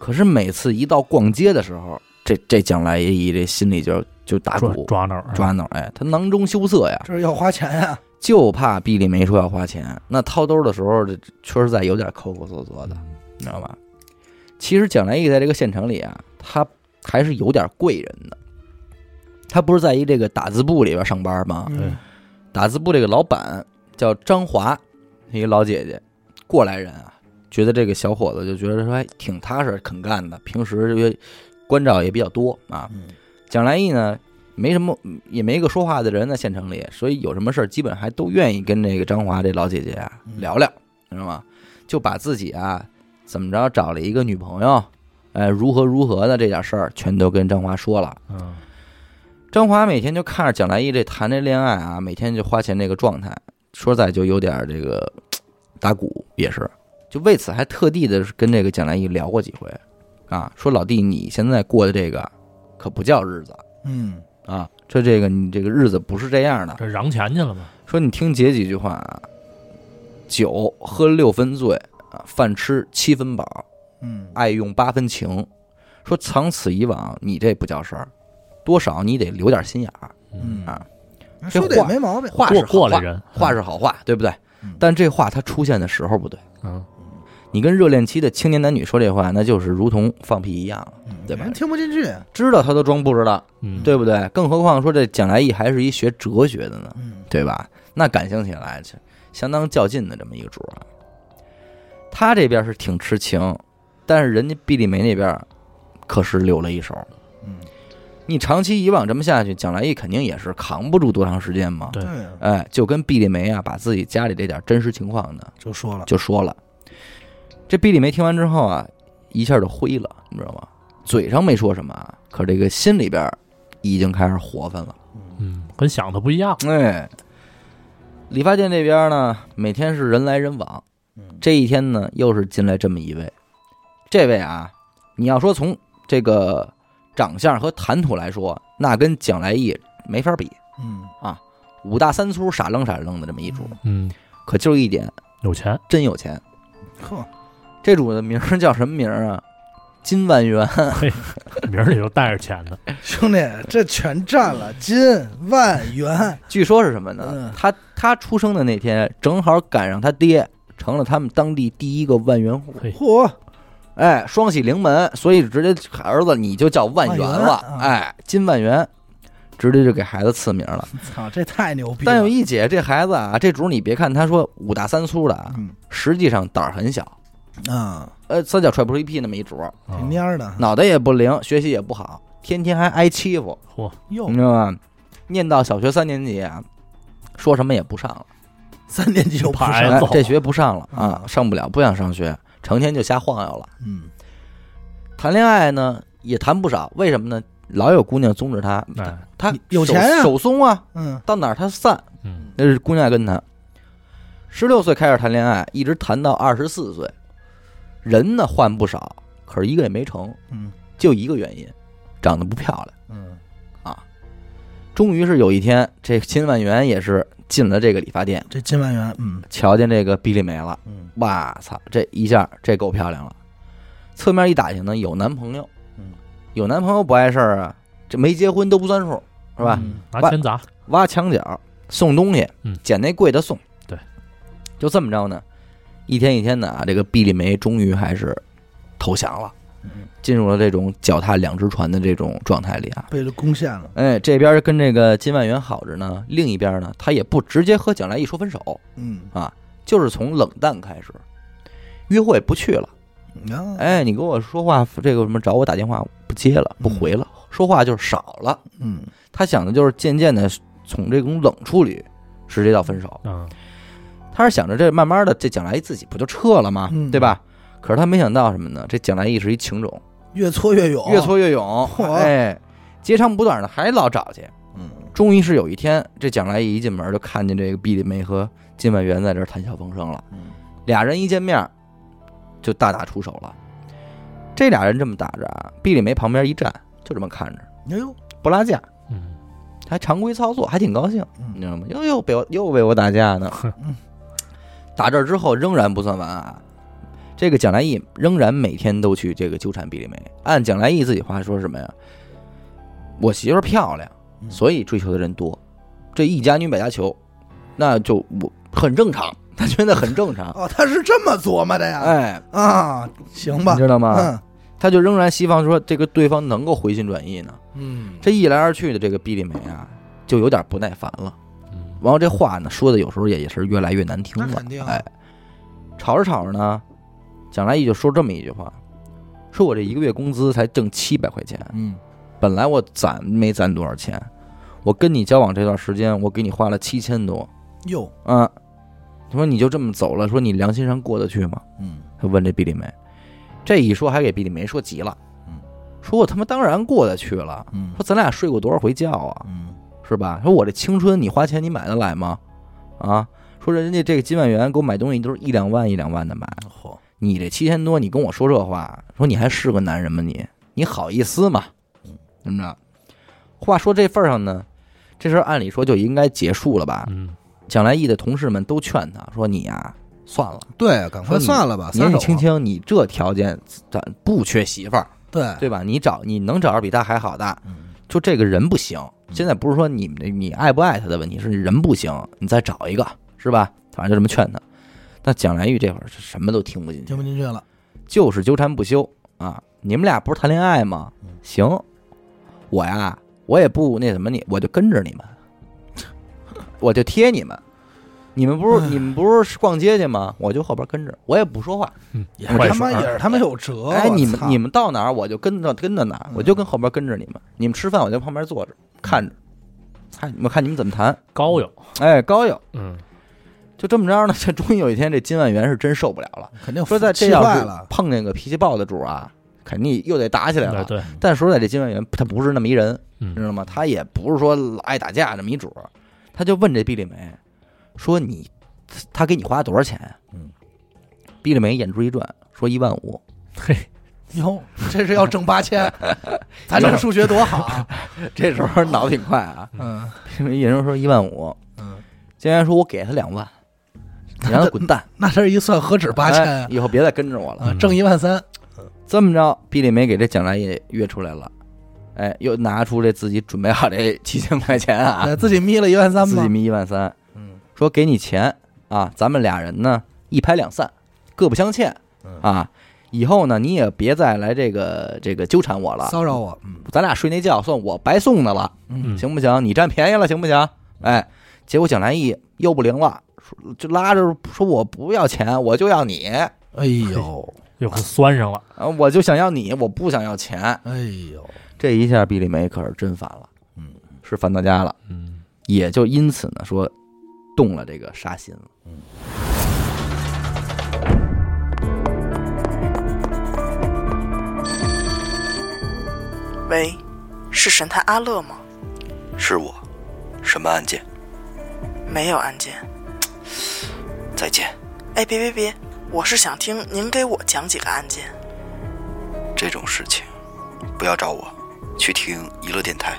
Speaker 1: 可是每次一到逛街的时候，这这将来一这心里就就打
Speaker 3: 抓
Speaker 1: 鼓
Speaker 3: 抓那儿，
Speaker 1: 抓挠，哎，他囊中羞涩呀，
Speaker 2: 这是要花钱呀。
Speaker 1: 就怕毕丽梅说要花钱，那掏兜的时候，这确实在有点抠抠搜搜的，
Speaker 3: 嗯
Speaker 1: 你知道吧？其实蒋来义在这个县城里啊，他还是有点贵人的。他不是在一这个打字部里边上班吗？
Speaker 3: 对
Speaker 2: 嗯
Speaker 1: 打字部这个老板叫张华，一个老姐姐，过来人啊，觉得这个小伙子就觉得说哎挺踏实肯干的，平时也关照也比较多啊。
Speaker 2: 嗯
Speaker 1: 蒋来义呢，没什么嗯也没个说话的人在县城里，所以有什么事儿基本还都愿意跟这个张华这老姐姐啊
Speaker 2: 嗯
Speaker 1: 聊聊，知道吗？就把自己啊怎么着找了一个女朋友，哎，如何如何的这点事儿全都跟张华说了。
Speaker 3: 嗯，
Speaker 1: 张华每天就看着蒋来义这谈这恋爱啊，每天就花钱这个状态，说实在就有点儿这个打鼓也是，就为此还特地的跟这个蒋来义聊过几回，啊，说老弟你现在过的这个可不叫日子。
Speaker 2: 嗯
Speaker 1: 啊，这这个你这个日子不是这样的。
Speaker 3: 这嚷钱去了嘛，
Speaker 1: 说你听姐几句话啊，酒喝六分醉啊，饭吃七分饱，
Speaker 2: 嗯
Speaker 1: 爱用八分情。说长此以往，你这不叫事儿，多少你得留点心眼儿。
Speaker 2: 嗯
Speaker 1: 啊，
Speaker 2: 说的
Speaker 1: 这
Speaker 2: 也
Speaker 1: 话
Speaker 2: 没毛病。
Speaker 1: 话是
Speaker 3: 过
Speaker 1: 好
Speaker 3: 过来
Speaker 1: 话，
Speaker 3: 人，
Speaker 1: 话是好话，对不对
Speaker 2: 嗯？
Speaker 1: 但这话它出现的时候不对。
Speaker 3: 嗯，
Speaker 1: 你跟热恋期的青年男女说这话，那就是如同放屁一样了，
Speaker 2: 嗯
Speaker 1: 对吧
Speaker 2: 人听不进去。
Speaker 1: 知道他都装不知道，
Speaker 3: 嗯，
Speaker 1: 对不对？更何况说这蒋来义还是一学哲学的呢，
Speaker 2: 嗯
Speaker 1: 对吧？那感情起来是相当较劲的这么一个主啊。他这边是挺痴情，但是人家毕丽梅那边可是留了一手。
Speaker 2: 嗯，
Speaker 1: 你长期以往这么下去，蒋来义肯定也是扛不住多长时间嘛。
Speaker 3: 对
Speaker 2: 对呀，
Speaker 1: 哎，就跟毕丽梅啊，把自己家里这点真实情况呢，
Speaker 2: 就说了，
Speaker 1: 就说了。这毕丽梅听完之后啊，一下就灰了，你知道吗？嘴上没说什么啊，可这个心里边已经开始活泛了。
Speaker 3: 嗯，跟想的不一样，
Speaker 1: 哎，理发店这边呢，每天是人来人往。
Speaker 2: 嗯
Speaker 1: 这一天呢，又是进来这么一位，这位啊，你要说从这个长相和谈吐来说，那跟蒋来义没法比，
Speaker 2: 嗯
Speaker 1: 五大三粗、傻愣傻愣的这么一主。
Speaker 3: 嗯，
Speaker 1: 可就是一点，
Speaker 3: 有钱，
Speaker 1: 真有钱。
Speaker 2: 呵，
Speaker 1: 这主的名儿叫什么名儿啊？金万元。
Speaker 3: 名儿里就带着钱的，
Speaker 2: 兄弟，这全占了，金万元，
Speaker 1: 据说是什么呢
Speaker 2: 嗯？
Speaker 1: 他他出生的那天，正好赶上他爹成了他们当地第一个万元户。
Speaker 3: 嘿，
Speaker 2: 嚯，
Speaker 1: 哎，双喜临门，所以直接儿子你就叫万元了，
Speaker 2: 万元啊
Speaker 1: 哎，金万元，直接就给孩子赐名了。
Speaker 2: 操，这太牛逼了！
Speaker 1: 但有一姐，这孩子啊，这主你别看他说五大三粗的啊，
Speaker 2: 嗯
Speaker 1: 实际上胆儿很小，
Speaker 2: 啊，
Speaker 1: 呃，三脚踹不出一屁那么一主，
Speaker 3: 啊
Speaker 2: 挺蔫儿的，
Speaker 1: 脑袋也不灵，学习也不好，天天还挨欺负，
Speaker 3: 嚯，
Speaker 2: 哟
Speaker 1: 你，知道吗？念到小学三年级啊，说什么也不上了，
Speaker 2: 三年级就不
Speaker 3: 哎
Speaker 2: 上，
Speaker 1: 哎
Speaker 3: 走
Speaker 1: 这学不上了啊，
Speaker 2: 啊
Speaker 1: 上不了，不想上学，成天就瞎晃悠了。
Speaker 2: 嗯，
Speaker 1: 谈恋爱呢也谈不少，为什么呢？老有姑娘宗着他，
Speaker 3: 哎，
Speaker 1: 他
Speaker 2: 你有钱啊
Speaker 1: 手手松啊，
Speaker 2: 嗯，
Speaker 1: 到哪儿他散，
Speaker 3: 嗯，
Speaker 1: 那是姑娘爱跟他。十六岁开始谈恋爱，一直谈到二十四岁，人呢换不少，可是一个也没成，
Speaker 2: 嗯，
Speaker 1: 就一个原因，长得不漂亮。
Speaker 2: 嗯，
Speaker 1: 终于是有一天，这秦万元也是进了这个理发店，
Speaker 2: 这金万元，嗯
Speaker 1: 瞧见这个比利美了，
Speaker 2: 嗯
Speaker 1: 哇操，这一下这够漂亮了。侧面一打听呢，有男朋友，
Speaker 2: 嗯，
Speaker 1: 有男朋友不碍事儿啊，这没结婚都不算数，是吧？
Speaker 3: 嗯拿钱砸，
Speaker 1: 挖墙角送东西
Speaker 3: 嗯，
Speaker 1: 捡那贵的送。
Speaker 3: 对，
Speaker 1: 就这么着呢，一天一天的啊，这个毕丽梅终于还是投降了，
Speaker 2: 嗯，
Speaker 1: 进入了这种脚踏两只船的这种状态里啊。
Speaker 2: 被这攻陷了，
Speaker 1: 哎，这边跟这个金万元好着呢，另一边呢，他也不直接和蒋来义说分手，
Speaker 2: 嗯，
Speaker 1: 就是从冷淡开始，约会不去了。
Speaker 2: 啊，
Speaker 1: 哎，你跟我说话，这个什么找我打电话不接了，不回了，说话就是少了。
Speaker 2: 嗯，
Speaker 1: 他想的就是渐渐的从这种冷处理，直接到分手。
Speaker 3: 嗯，
Speaker 1: 他是想着这慢慢的，这蒋来义自己不就撤了吗？
Speaker 2: 嗯
Speaker 1: 对吧？可是他没想到什么呢？这蒋来义是一情种，
Speaker 2: 越挫越勇，
Speaker 1: 越，挫越勇，
Speaker 2: 哦嚯
Speaker 1: 哎，截长补短的还老找去。
Speaker 2: 嗯，
Speaker 1: 终于是有一天，这蒋来义一进门就看见这个毕丽梅和金万元在这儿谈笑风生了。
Speaker 2: 嗯
Speaker 1: 俩人一见面，就大打出手了。这俩人这么打着啊，毕丽梅旁边一站，就这么看着，
Speaker 2: 哎呦，
Speaker 1: 不拉架，
Speaker 3: 嗯，
Speaker 1: 还常规操作，还挺高兴。你
Speaker 2: 嗯
Speaker 1: 知道吗？又又被我又被我打架呢
Speaker 2: 嗯。
Speaker 1: 打这儿之后仍然不算完啊，这个蒋来义仍然每天都去这个纠缠毕丽梅。按蒋来义自己话说是什么呀？我媳妇儿漂亮，
Speaker 2: 嗯
Speaker 1: 所以追求的人多，这一家女百家求，那就我很正常，他觉得很正 常。
Speaker 2: 哦，他是这么琢磨的呀，
Speaker 1: 哎，
Speaker 2: 啊，行吧
Speaker 1: 你，知道吗？
Speaker 2: 嗯
Speaker 1: 他就仍然希望说这个对方能够回心转意呢。
Speaker 2: 嗯，
Speaker 1: 这一来二去的，这个毕丽梅啊，就有点不耐烦了。
Speaker 3: 嗯，
Speaker 1: 然后这话呢，说的有时候也也是越来越难听了。
Speaker 2: 那肯定啊
Speaker 1: 哎，吵着吵着呢，蒋来义就说这么一句话：“说我这一个月工资才挣七百块钱，
Speaker 2: 嗯
Speaker 1: 本来我攒没攒多少钱，我跟你交往这段时间，我给你花了七千多
Speaker 2: 哟，
Speaker 1: 啊。”他说：“你就这么走了，说你良心上过得去吗
Speaker 2: 嗯，？”
Speaker 1: 他问这毕丽梅，这一说还给毕丽梅说急了
Speaker 2: 嗯，
Speaker 1: 说我他妈当然过得去了，
Speaker 2: 嗯
Speaker 1: 说咱俩睡过多少回觉啊？
Speaker 2: 嗯，
Speaker 1: 是吧？说我这青春你花钱你买得来吗？啊，说人家这个几万元给我买东西都是一两万一两万的买，
Speaker 2: 嚯，
Speaker 1: 你这七千多你跟我说这话，说你还是个男人吗你？你好意思吗？
Speaker 2: 嗯
Speaker 1: 怎么着？话说这份儿上呢，这事儿按理说就应该结束了吧？
Speaker 3: 嗯，
Speaker 1: 蒋来义的同事们都劝他说：“你呀、算了，
Speaker 2: 对，赶
Speaker 1: 说
Speaker 2: 快
Speaker 1: 你
Speaker 2: 算了吧，
Speaker 1: 年
Speaker 2: 撒
Speaker 1: 纪
Speaker 2: 手啊
Speaker 1: 轻，轻，你这条件咱不缺媳妇儿，
Speaker 2: 对，
Speaker 1: 对吧？你找你能找着比他还好的，
Speaker 2: 嗯
Speaker 1: 就这个人不行。
Speaker 2: 嗯
Speaker 1: 现在不是说你们你爱不爱他的问题，是人不行，你再找一个是吧？反正就这么劝他。那蒋来玉这会儿是什么都听不进去
Speaker 2: 听，不进去了，
Speaker 1: 就是纠缠不休啊！你们俩不是谈恋爱吗
Speaker 2: 嗯？
Speaker 1: 行，我呀，我也不那什么你，我就跟着你们， 我就贴你们。你们不是你们不是逛街去吗？我就后边跟着，我也不说话。
Speaker 3: 嗯，
Speaker 2: 也
Speaker 3: 坏
Speaker 2: 是他
Speaker 3: 事
Speaker 2: 妈
Speaker 3: 儿
Speaker 2: 也是他妈有辙，
Speaker 1: 哎，
Speaker 2: 我
Speaker 1: 你们
Speaker 2: 操
Speaker 1: 你们到哪儿我就跟着跟着哪儿，
Speaker 2: 嗯
Speaker 1: 我就跟后边跟着你们。你们吃饭我在旁边坐着看着，看我看你们怎么谈。
Speaker 3: 高友，
Speaker 1: 哎，高友
Speaker 3: 嗯，
Speaker 1: 就这么着呢。这 终于有一天，这金万元是真受不了了，
Speaker 2: 肯定
Speaker 1: 说在这
Speaker 2: 气
Speaker 1: 要
Speaker 2: 坏
Speaker 1: 是
Speaker 2: 了，
Speaker 1: 碰见个脾气暴的主啊，肯定又得打起来
Speaker 3: 对
Speaker 1: 了。
Speaker 3: 哎对，
Speaker 1: 但说实在，这金万元他不是那么一人，你知
Speaker 3: 嗯，
Speaker 1: 道吗？他也不是说老爱打架这么一主儿，他就问这毕丽梅说你：“他给你花多少钱呀？”
Speaker 2: 嗯，
Speaker 1: 毕丽梅眼珠一转，说：“一万五。”
Speaker 3: 嘿，
Speaker 2: 哟，这是要挣八千，咱这数学多好啊，
Speaker 1: 嗯 这时候脑子挺快啊，
Speaker 2: 嗯
Speaker 1: 一人说一万五，
Speaker 2: 嗯，
Speaker 1: 金源说我给他两万，你让他滚蛋，
Speaker 2: 那这一算何止 八千
Speaker 1: 哎
Speaker 2: 啊
Speaker 1: 以后别再跟着我了。
Speaker 2: 啊，
Speaker 3: 嗯
Speaker 2: 挣一万三，
Speaker 1: 这么着，毕丽梅给这蒋来也约出来了，哎，又拿出这自己准备好这七千块钱啊，
Speaker 2: 哎对自己眯了一万三
Speaker 1: 自
Speaker 2: 吧
Speaker 1: 己，眯一万三，
Speaker 2: 嗯
Speaker 1: 说给你钱啊，咱们俩人呢一拍两散，各不相欠
Speaker 2: 嗯
Speaker 1: 啊。以后呢，你也别再来这个这个纠缠我了，
Speaker 2: 骚扰我，嗯
Speaker 1: 咱俩睡那觉算我白送的了。
Speaker 2: 嗯
Speaker 3: 嗯
Speaker 1: 行不行？你占便宜了，行不行？哎，结果蒋来义又不灵了，说就拉着说我不要钱，我就要你。
Speaker 2: 哎呦，
Speaker 3: 又给酸上了。
Speaker 1: 啊，我就想要你，我不想要钱。
Speaker 2: 哎呦，
Speaker 1: 这一下，比利梅可是真烦了，
Speaker 2: 嗯，
Speaker 1: 是烦到家了，
Speaker 3: 嗯，
Speaker 1: 也就因此呢，说动了这个杀心了。
Speaker 2: 嗯
Speaker 4: 喂，是神探阿乐吗？
Speaker 5: 是我，什么案件？
Speaker 4: 没有案件。
Speaker 5: 再见，
Speaker 4: 哎，别别别，我是想听您给我讲几个案件。
Speaker 5: 这种事情不要找我，去听娱乐电台，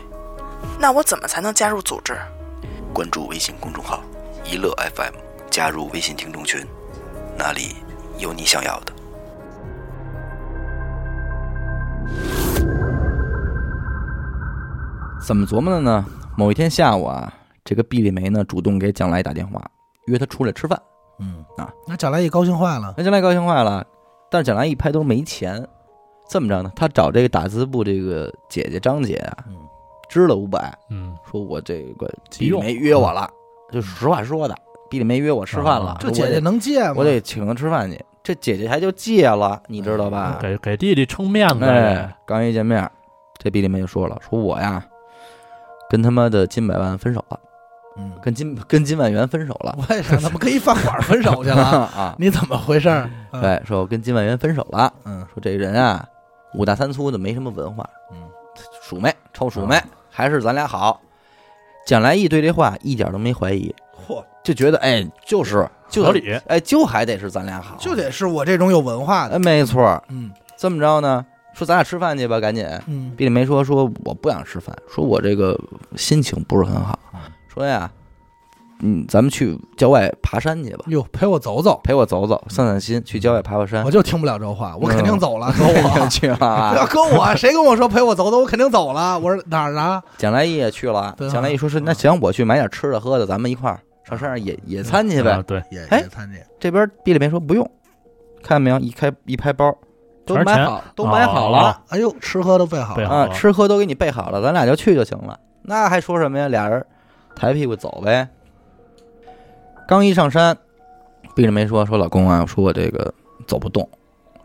Speaker 4: 那我怎么才能加入组织？
Speaker 5: 关注微信公众号“娱乐 FM”，加入微信听众群，那里有你想要的。
Speaker 1: 怎么琢磨的呢？某一天下午啊，这个毕丽梅呢主动给蒋来打电话，约他出来吃饭。
Speaker 2: 嗯
Speaker 1: 啊，
Speaker 2: 那贾来也高兴坏了，
Speaker 1: 那蒋来高兴坏了，但是蒋来一拍都没钱，这么着呢，他找这个打字部这个姐姐张姐啊，
Speaker 2: 嗯
Speaker 1: 支了五百，
Speaker 3: 嗯，
Speaker 1: 说我这个
Speaker 3: 急
Speaker 1: 毕丽
Speaker 3: 用
Speaker 1: 梅约我了，就实话说的，毕丽梅约我吃饭了
Speaker 3: 啊，
Speaker 1: 说
Speaker 2: 这
Speaker 1: 我
Speaker 2: 姐姐
Speaker 1: 得
Speaker 2: 能借吗？
Speaker 1: 我得请她吃饭去。这姐姐还就借了，你知道
Speaker 2: 嗯
Speaker 1: 吧？
Speaker 3: 给给弟弟撑面子
Speaker 1: 啊哎
Speaker 3: 呗。，
Speaker 1: 刚一见面，这毕丽梅就说了，说我呀，跟他妈的金百万分手了，
Speaker 2: 嗯，
Speaker 1: 跟金跟金万元分手了，
Speaker 2: 我也想怎么跟一饭馆分手去 了？
Speaker 1: 啊，
Speaker 2: 你怎么回 事儿？嗯，
Speaker 1: 对，说我跟金万元分手了，
Speaker 2: 嗯
Speaker 1: 说这人啊，五大三粗的，没什么文化，
Speaker 2: 嗯，
Speaker 1: 鼠妹，臭鼠妹，还是咱俩好。蒋来义对这话一点都没怀疑，
Speaker 2: 嚯，
Speaker 1: 就觉得哎，就是就
Speaker 3: 合理，
Speaker 1: 哎，就还得是咱俩好，
Speaker 2: 就得是我这种有文化
Speaker 1: 哎，
Speaker 2: 的。
Speaker 1: 没错。
Speaker 2: 嗯
Speaker 1: 这么着呢，说咱俩吃饭去吧，赶紧。
Speaker 2: 嗯，
Speaker 1: 毕丽梅说说我不想吃饭，说我这个心情不是很好，说呀，嗯，咱们去郊外爬山去吧，
Speaker 2: 哟，陪我走走，
Speaker 1: 陪我走走，散散心，去郊外爬爬山
Speaker 2: 我。就听不了这话，我肯定
Speaker 1: 嗯。
Speaker 2: 走了，哥我
Speaker 1: 去啊
Speaker 2: 要
Speaker 1: 了，
Speaker 2: 搁我， 谁跟我说陪我走走，我肯定走了。我说哪儿啊？
Speaker 1: 蒋来义也去了
Speaker 2: 对。啊
Speaker 1: 蒋来义说是那
Speaker 2: 嗯
Speaker 1: 行，我去买点吃的喝的，咱们一块儿上山上野野餐去
Speaker 3: 啊
Speaker 1: 呗。
Speaker 3: 对，
Speaker 2: 也
Speaker 1: 哎
Speaker 2: 也参加。
Speaker 1: 这边毕丽梅说不用，看见没有，一开一拍包，都
Speaker 3: 全是
Speaker 1: 买
Speaker 3: 钱
Speaker 1: 好，都买好
Speaker 3: 哦
Speaker 1: 了
Speaker 2: 哎呦，吃喝都备好
Speaker 3: 备
Speaker 2: 了。
Speaker 3: 好
Speaker 1: 啊，
Speaker 3: 了
Speaker 1: 吃喝都给你备好了，咱俩就去就行了。那还说什么呀？俩人抬屁股走呗。刚一上山，毕丽梅说：“说老公啊，说我这个走不动，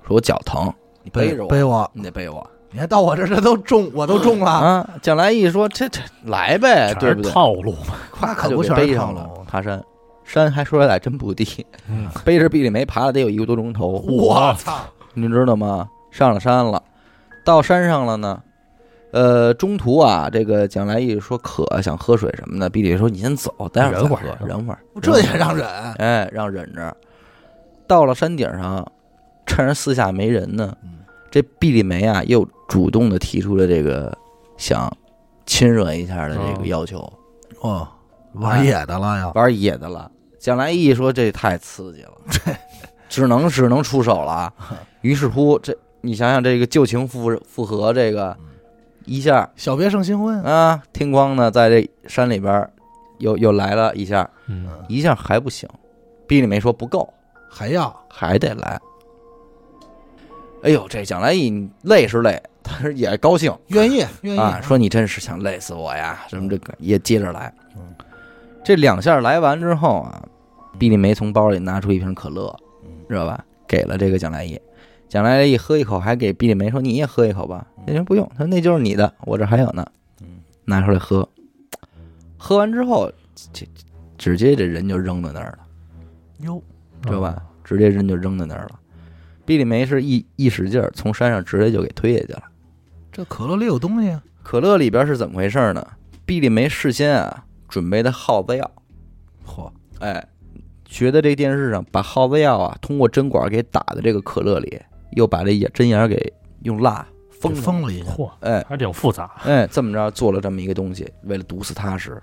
Speaker 1: 说我脚疼，你背着我，
Speaker 2: 背我，
Speaker 1: 你得背我
Speaker 2: 你还到我这儿这都中，我都中了，
Speaker 1: 啊。”蒋来义说：“这这来呗，
Speaker 3: 全
Speaker 1: 对
Speaker 3: 是
Speaker 1: 不对？”
Speaker 3: 套路 嘛。
Speaker 1: 夸
Speaker 2: 可
Speaker 1: 就
Speaker 2: 不
Speaker 1: 给
Speaker 2: 全是
Speaker 1: 背
Speaker 2: 套
Speaker 1: 上
Speaker 2: 路
Speaker 1: 了，爬山。山还说起来真不低，
Speaker 3: 嗯，
Speaker 1: 背着毕丽梅爬了得有一个多钟头，
Speaker 2: 我操！
Speaker 1: 你知道吗？上了山了，到山上了呢。呃，中途啊，这个蒋来义说渴，想喝水什么的。毕丽说：“你先走，待会儿再
Speaker 3: 忍会
Speaker 1: 喝
Speaker 3: 儿，
Speaker 1: 忍会儿。”
Speaker 2: 这也让忍，
Speaker 1: 哎，让忍着。到了山顶上，趁着四下没人呢
Speaker 2: 嗯，
Speaker 1: 这毕丽梅啊又主动的提出了这个想亲热一下的这个要求，
Speaker 2: 哦，玩野的了呀，
Speaker 1: 玩野的了。蒋来义说：“这太刺激了， 只能只能出手了啊。”于是乎，这你想想，这个旧情复复合，这个一下
Speaker 2: 小别胜新婚，
Speaker 1: 啊，天光呢，在这山里边儿又又来了一下，
Speaker 3: 嗯，
Speaker 1: 一下还不行，毕丽梅说不够，
Speaker 2: 还要
Speaker 1: 还得来。哎呦，这蒋来义累是累，但是也高兴
Speaker 2: 愿意愿意
Speaker 1: 啊，说你真是想累死我呀，什么这个也接着来
Speaker 2: 嗯。
Speaker 1: 这两下来完之后啊，毕丽梅从包里拿出一瓶可乐
Speaker 2: 嗯，
Speaker 1: 知道吧？给了这个蒋来义，蒋来义喝一口，还给毕丽梅说：“你也喝一口吧。”那人不用，他说：“那就是你的，我这还有呢。”拿出来喝，喝完之后，这直接这人就扔在那儿了，
Speaker 2: 哟，
Speaker 3: 哦
Speaker 1: 知道吧？直接人就扔在那儿了。毕丽梅是一一使劲儿，从山上直接就给推下去了。
Speaker 2: 这可乐里有东西啊，
Speaker 1: 可乐里边是怎么回事呢？毕丽梅事先啊准备的耗子药，
Speaker 2: 嚯，
Speaker 1: 哎，觉得这电视上把耗子药啊通过针管给打在这个可乐里，又把这眼针眼儿给用蜡封
Speaker 2: 封
Speaker 1: 上
Speaker 2: 封了一下，
Speaker 3: 嗯嚯，
Speaker 1: 哎
Speaker 3: 还挺复杂。
Speaker 1: 哎，这么着做了这么一个东西，为了毒死他时，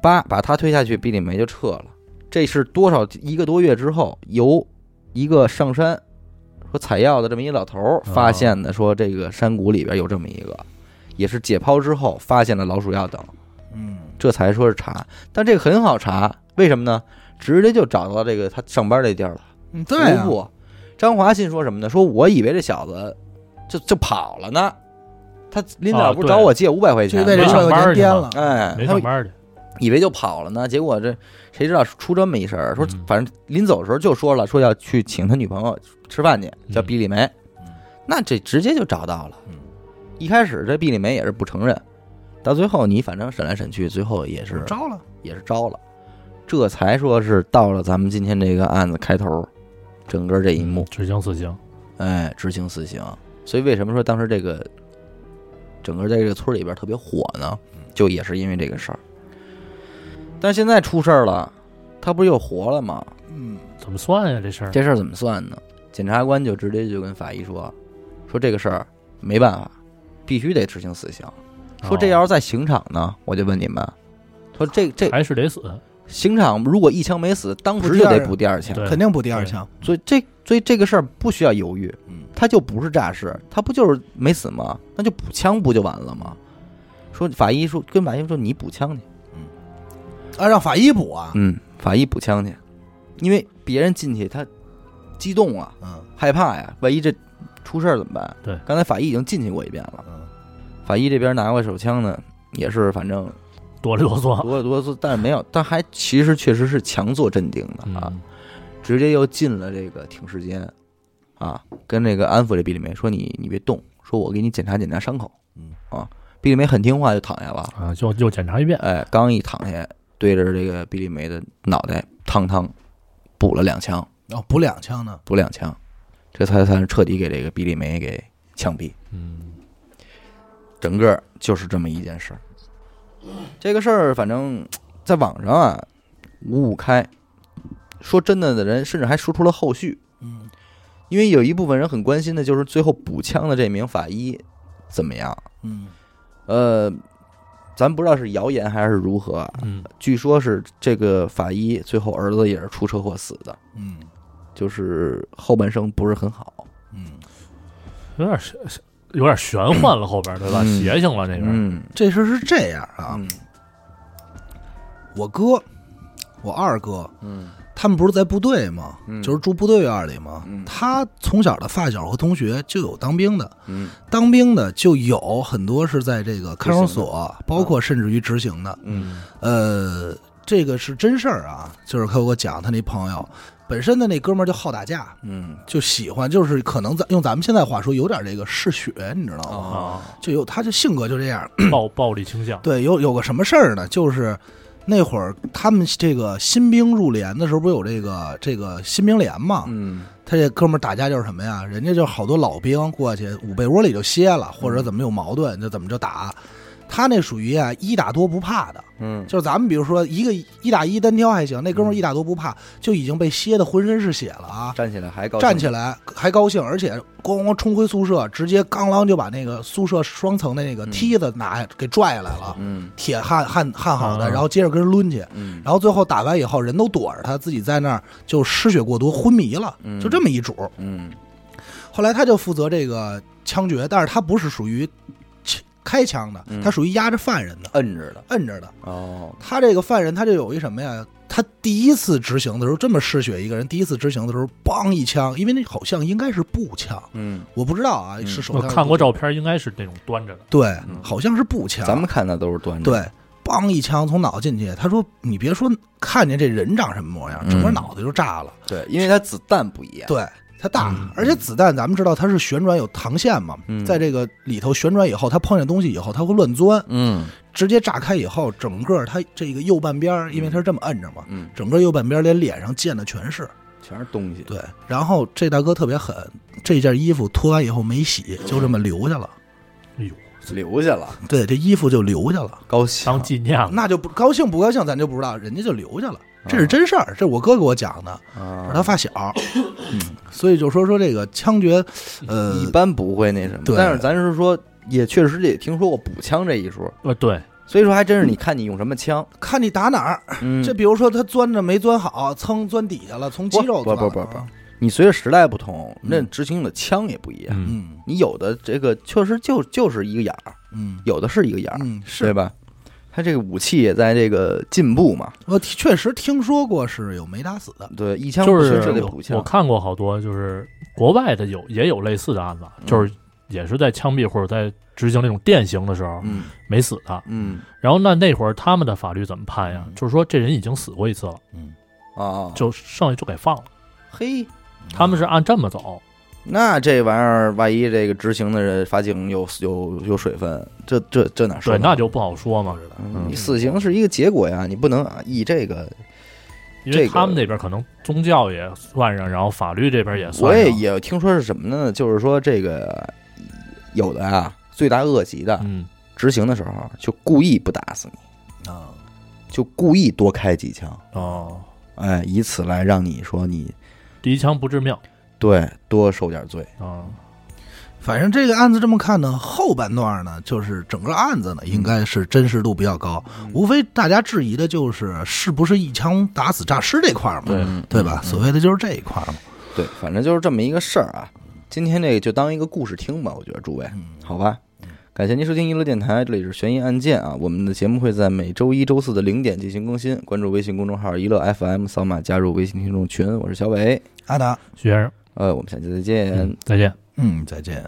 Speaker 1: 八把他推下去，毕丽梅就撤了。这是多少一个多月之后，由一个上山说采药的这么一老头儿发现的，说这个山谷里边有这么一个，也是解剖之后发现了老鼠药等，
Speaker 2: 嗯，
Speaker 1: 这才说是查。但这个很好查，为什么呢？直接就找到这个他上班这地儿了。
Speaker 2: 嗯对啊
Speaker 1: 徒，步。张华信说什么呢？说我以为这小子就就跑了呢，他临
Speaker 3: 啊
Speaker 1: 了不是
Speaker 3: 对
Speaker 1: 找我借五百块
Speaker 2: 就
Speaker 1: 钱
Speaker 2: 为这
Speaker 1: 吗
Speaker 2: 事儿有点颠了，
Speaker 1: 哎，
Speaker 3: 没
Speaker 1: 他
Speaker 3: 上班去，
Speaker 1: 以为就跑了呢，结果这谁知道出这么一事儿，说
Speaker 3: 嗯
Speaker 1: 反正临走的时候就说了，说要去请他女朋友吃饭去，叫
Speaker 3: 嗯
Speaker 1: 毕丽梅，那这直接就找到了。一开始这毕丽梅也是不承认，到最后你反正审来审去，最后也是
Speaker 2: 招了，
Speaker 1: 也是招了，这才说是到了咱们今天这个案子开头，整个这一幕，
Speaker 3: 执行死刑，
Speaker 1: 哎，执行死刑。所以为什么说当时这个整个在这个村里边特别火呢？
Speaker 3: 嗯
Speaker 1: 就也是因为这个事儿。但是现在出事儿了，他不是又活了吗？
Speaker 2: 嗯，
Speaker 3: 怎么算呀？这事儿
Speaker 1: 这事儿怎么算呢？检察官就直接就跟法医说，说这个事儿没办法，必须得执行死刑。
Speaker 3: 哦啊
Speaker 1: 说这要是在刑场呢，我就问你们，说这这
Speaker 3: 还是得死，
Speaker 1: 刑场如果一枪没死，当时就得补第二枪。
Speaker 3: 对，
Speaker 2: 肯定补第二枪，
Speaker 1: 所以这所以这个事儿不需要犹豫，他就不是诈尸，他不就是没死吗？那就补枪不就完了吗？说法医说跟法医说你补枪去，
Speaker 2: 啊，让法医补啊，
Speaker 1: 嗯，法医补枪去，因为别人进去他激动啊，
Speaker 2: 嗯
Speaker 1: 害怕呀，万一这出事儿怎么办？
Speaker 3: 对
Speaker 1: 刚才法医已经进去过一遍了，
Speaker 2: 嗯，
Speaker 1: 法医这边拿过手枪呢，也是反正
Speaker 3: 哆里哆 嗦
Speaker 1: 哆哆嗦，但是没有，但还其实确实是强作镇定的啊，
Speaker 3: 嗯
Speaker 1: 直接又进了这个停尸间，啊，跟那个安抚这毕丽梅说你你别动，说我给你检查检查伤口，
Speaker 2: 嗯
Speaker 1: 啊，毕丽梅很听话就躺下了，
Speaker 3: 啊，就又检查一遍，
Speaker 1: 哎，刚一躺下，对着这个毕丽梅的脑袋烫烫补了两枪，
Speaker 2: 哦，补两枪呢，
Speaker 1: 补两枪，这才算是彻底给这个毕丽梅给枪毙。
Speaker 3: 嗯，
Speaker 1: 整个就是这么一件事儿。这个事儿反正在网上啊五五开，说真的的人甚至还说出了后续，
Speaker 2: 嗯，
Speaker 1: 因为有一部分人很关心的就是最后补枪的这名法医怎么样。
Speaker 2: 嗯，
Speaker 1: 呃，咱不知道是谣言还是如何啊，
Speaker 3: 嗯
Speaker 1: 据说是这个法医最后儿子也是出车祸死的，
Speaker 2: 嗯
Speaker 1: 就是后半生不是很好。
Speaker 2: 嗯，
Speaker 3: 有点是是有点玄幻了，后边对吧？
Speaker 1: 嗯
Speaker 3: 邪性了那边，
Speaker 1: 嗯
Speaker 2: 这事儿是这样啊，
Speaker 1: 嗯
Speaker 2: 我哥，我二哥，
Speaker 1: 嗯
Speaker 2: 他们不是在部队吗？
Speaker 1: 嗯
Speaker 2: 就是住部队院里吗？
Speaker 1: 嗯
Speaker 2: 他从小的发小和同学就有当兵的，
Speaker 1: 嗯
Speaker 2: 当兵的就有很多是在这个看守所，包括甚至于执行的。
Speaker 1: 嗯
Speaker 2: 呃，这个是真事儿啊，就是他给我讲他那朋友，本身的那哥们儿就好打架，
Speaker 1: 嗯
Speaker 2: 就喜欢，就是可能咱用咱们现在话说，有点这个嗜血，你知道吗？
Speaker 1: 哦
Speaker 3: 啊，
Speaker 2: 就有他就性格就这样。
Speaker 1: 嗯
Speaker 3: 暴暴力倾向，
Speaker 2: 对，有有个什么事儿呢？就是那会儿他们这个新兵入连的时候，不是有这个这个新兵连嘛？
Speaker 1: 嗯
Speaker 2: 他这哥们儿打架就是什么呀？人家就好多老兵过去捂被窝里就歇了，或
Speaker 1: 嗯
Speaker 2: 者怎么有矛盾就怎么就打。他那属于啊一打多不怕的，
Speaker 1: 嗯
Speaker 2: 就是咱们比如说一个一打一单挑还行，那哥们儿一打多不怕，就已经被歇的浑身是血了啊！
Speaker 1: 站起来还高兴
Speaker 2: 站起来还高兴，而且咣咣冲回宿舍，直接刚啷就把那个宿舍双层的那个梯子拿给拽来了，
Speaker 1: 嗯
Speaker 2: 铁焊焊焊好的，
Speaker 3: 啊
Speaker 2: 然后接着跟人抡去，
Speaker 1: 嗯
Speaker 2: 然后最后打完以后人都躲着他，自己在那儿就失血过多昏迷了，
Speaker 1: 嗯
Speaker 2: 就这么一主。
Speaker 1: 嗯
Speaker 2: 后来他就负责这个枪决，但是他不是属于切开枪的
Speaker 1: 嗯，
Speaker 2: 他属于压着犯人的，
Speaker 1: 摁着的
Speaker 2: 摁着的。
Speaker 1: 哦，
Speaker 2: 他这个犯人他就有一什么呀？他第一次执行的时候这么嗜血一个人，第一次执行的时候，梆一枪，因为那好像应该是步枪，
Speaker 1: 嗯，
Speaker 2: 我不知道啊，
Speaker 1: 嗯
Speaker 2: 是手
Speaker 3: 我
Speaker 2: 枪还是
Speaker 3: 看过
Speaker 2: 步枪
Speaker 3: 照片，应该是那种端着的，
Speaker 2: 对
Speaker 1: 嗯，
Speaker 2: 好像是步枪，
Speaker 1: 咱们看的都是端着，，
Speaker 2: 对，梆一枪从脑进去。他说：“你别说看见这人长什么模样，整个
Speaker 1: 嗯
Speaker 2: 脑袋就炸了。
Speaker 1: 对，因为它子弹不一样，
Speaker 2: 对，它大
Speaker 3: 嗯，
Speaker 2: 而且子弹咱们知道它是旋转有膛线嘛
Speaker 1: 嗯，
Speaker 2: 在这个里头旋转以后，它碰见东西以后，它会乱钻，
Speaker 1: 嗯
Speaker 2: 直接炸开以后，整个它这个右半边儿，因为它是这么摁着嘛，
Speaker 1: 嗯，
Speaker 2: 整个右半边儿连脸上溅的全是。
Speaker 1: 全是东西，
Speaker 2: 对，然后这大哥特别狠，这件衣服脱完以后没洗，就这么留下了。
Speaker 3: 哎呦，
Speaker 1: 留下了，
Speaker 2: 对，这衣服就留下了。
Speaker 1: 高兴
Speaker 3: 当纪念了，
Speaker 2: 那就不高兴不高兴，咱就不知道，人家就留下了，这是真事儿，这是我哥给我讲的，是他
Speaker 1: 啊，
Speaker 2: 发小，嗯所以就说说这个枪决，呃，
Speaker 1: 嗯一般不会那什么，
Speaker 2: 对
Speaker 1: 但是咱是说，也确实也听说过补枪这一说，
Speaker 3: 呃，对，
Speaker 1: 所以说还真是你看你用什么枪，
Speaker 2: 看你打哪儿，
Speaker 1: 嗯，
Speaker 2: 这比如说他钻着没钻好，噌钻底下了，从肌肉
Speaker 1: 不
Speaker 2: 钻
Speaker 1: 不
Speaker 2: 了
Speaker 1: 不不，你随着时代不同，那执行的枪也不一样，
Speaker 3: 嗯，
Speaker 2: 嗯
Speaker 1: 你有的这个确实就就是一个眼儿，
Speaker 2: 嗯
Speaker 1: 有的是一个眼儿，
Speaker 2: 嗯，
Speaker 1: 对
Speaker 2: 是
Speaker 1: 吧？它这个武器也在这个进步嘛，
Speaker 2: 我听确实听说过是有没打死的，
Speaker 1: 对，一枪
Speaker 3: 就
Speaker 1: 不行
Speaker 3: 是
Speaker 1: 就得补
Speaker 3: 我
Speaker 1: 枪嗯
Speaker 3: 我，看过好多，就是国外的有也有类似的案子，就是也是在枪毙或者在执行那种电刑的时候
Speaker 1: 嗯
Speaker 3: 没死的。
Speaker 1: 嗯
Speaker 3: 然后那那会儿他们的法律怎么判呀
Speaker 2: 嗯？
Speaker 3: 就是说这人已经死过一次了，
Speaker 2: 嗯，
Speaker 1: 啊，
Speaker 3: 就剩下就给放了。
Speaker 1: 嘿，
Speaker 3: 他们是按这么走，
Speaker 1: 那这玩意儿万一这个执行的人法警有有有水分，这这这哪说
Speaker 3: 对，
Speaker 1: 呢？
Speaker 3: 那就不好说嘛
Speaker 2: 不，知道
Speaker 1: 嗯
Speaker 3: 嗯
Speaker 1: 你死刑是一个结果呀，你不能啊以这个，
Speaker 3: 因
Speaker 1: 这
Speaker 3: 为
Speaker 1: 个
Speaker 3: 他们那边可能宗教也算上，然后法律这边也
Speaker 1: 我
Speaker 3: 算
Speaker 1: 也
Speaker 3: 上。
Speaker 1: 也听说是什么呢？就是说这个有的啊，罪大恶极的
Speaker 3: 嗯，
Speaker 1: 执行的时候就故意不打死你，
Speaker 2: 啊，
Speaker 1: 就故意多开几枪，
Speaker 3: 哦，
Speaker 1: 哎，以此来让你说你
Speaker 3: 第一枪不致命
Speaker 1: 对多受点罪。
Speaker 3: 啊，
Speaker 2: 反正这个案子这么看呢，后半段呢，就是整个案子呢，应该是真实度比较高，无非大家质疑的就是是不是一枪打死诈尸这块儿嘛，
Speaker 3: 对
Speaker 1: 嗯
Speaker 2: 对吧？
Speaker 1: 嗯
Speaker 2: 所谓的就是这一块儿嘛。
Speaker 1: 对，反正就是这么一个事儿啊。今天这个就当一个故事听吧，我觉得诸位，好吧。感谢您收听娱乐电台，这里是悬疑案件啊。我们的节目会在每周一周四的零点进行更新，关注微信公众号“娱乐 FM”，扫码加入微信听众群。我是小伟，
Speaker 2: 阿达，
Speaker 3: 徐先生，
Speaker 1: 呃，我们下期再见。
Speaker 3: 嗯，再见。
Speaker 2: 嗯，再见。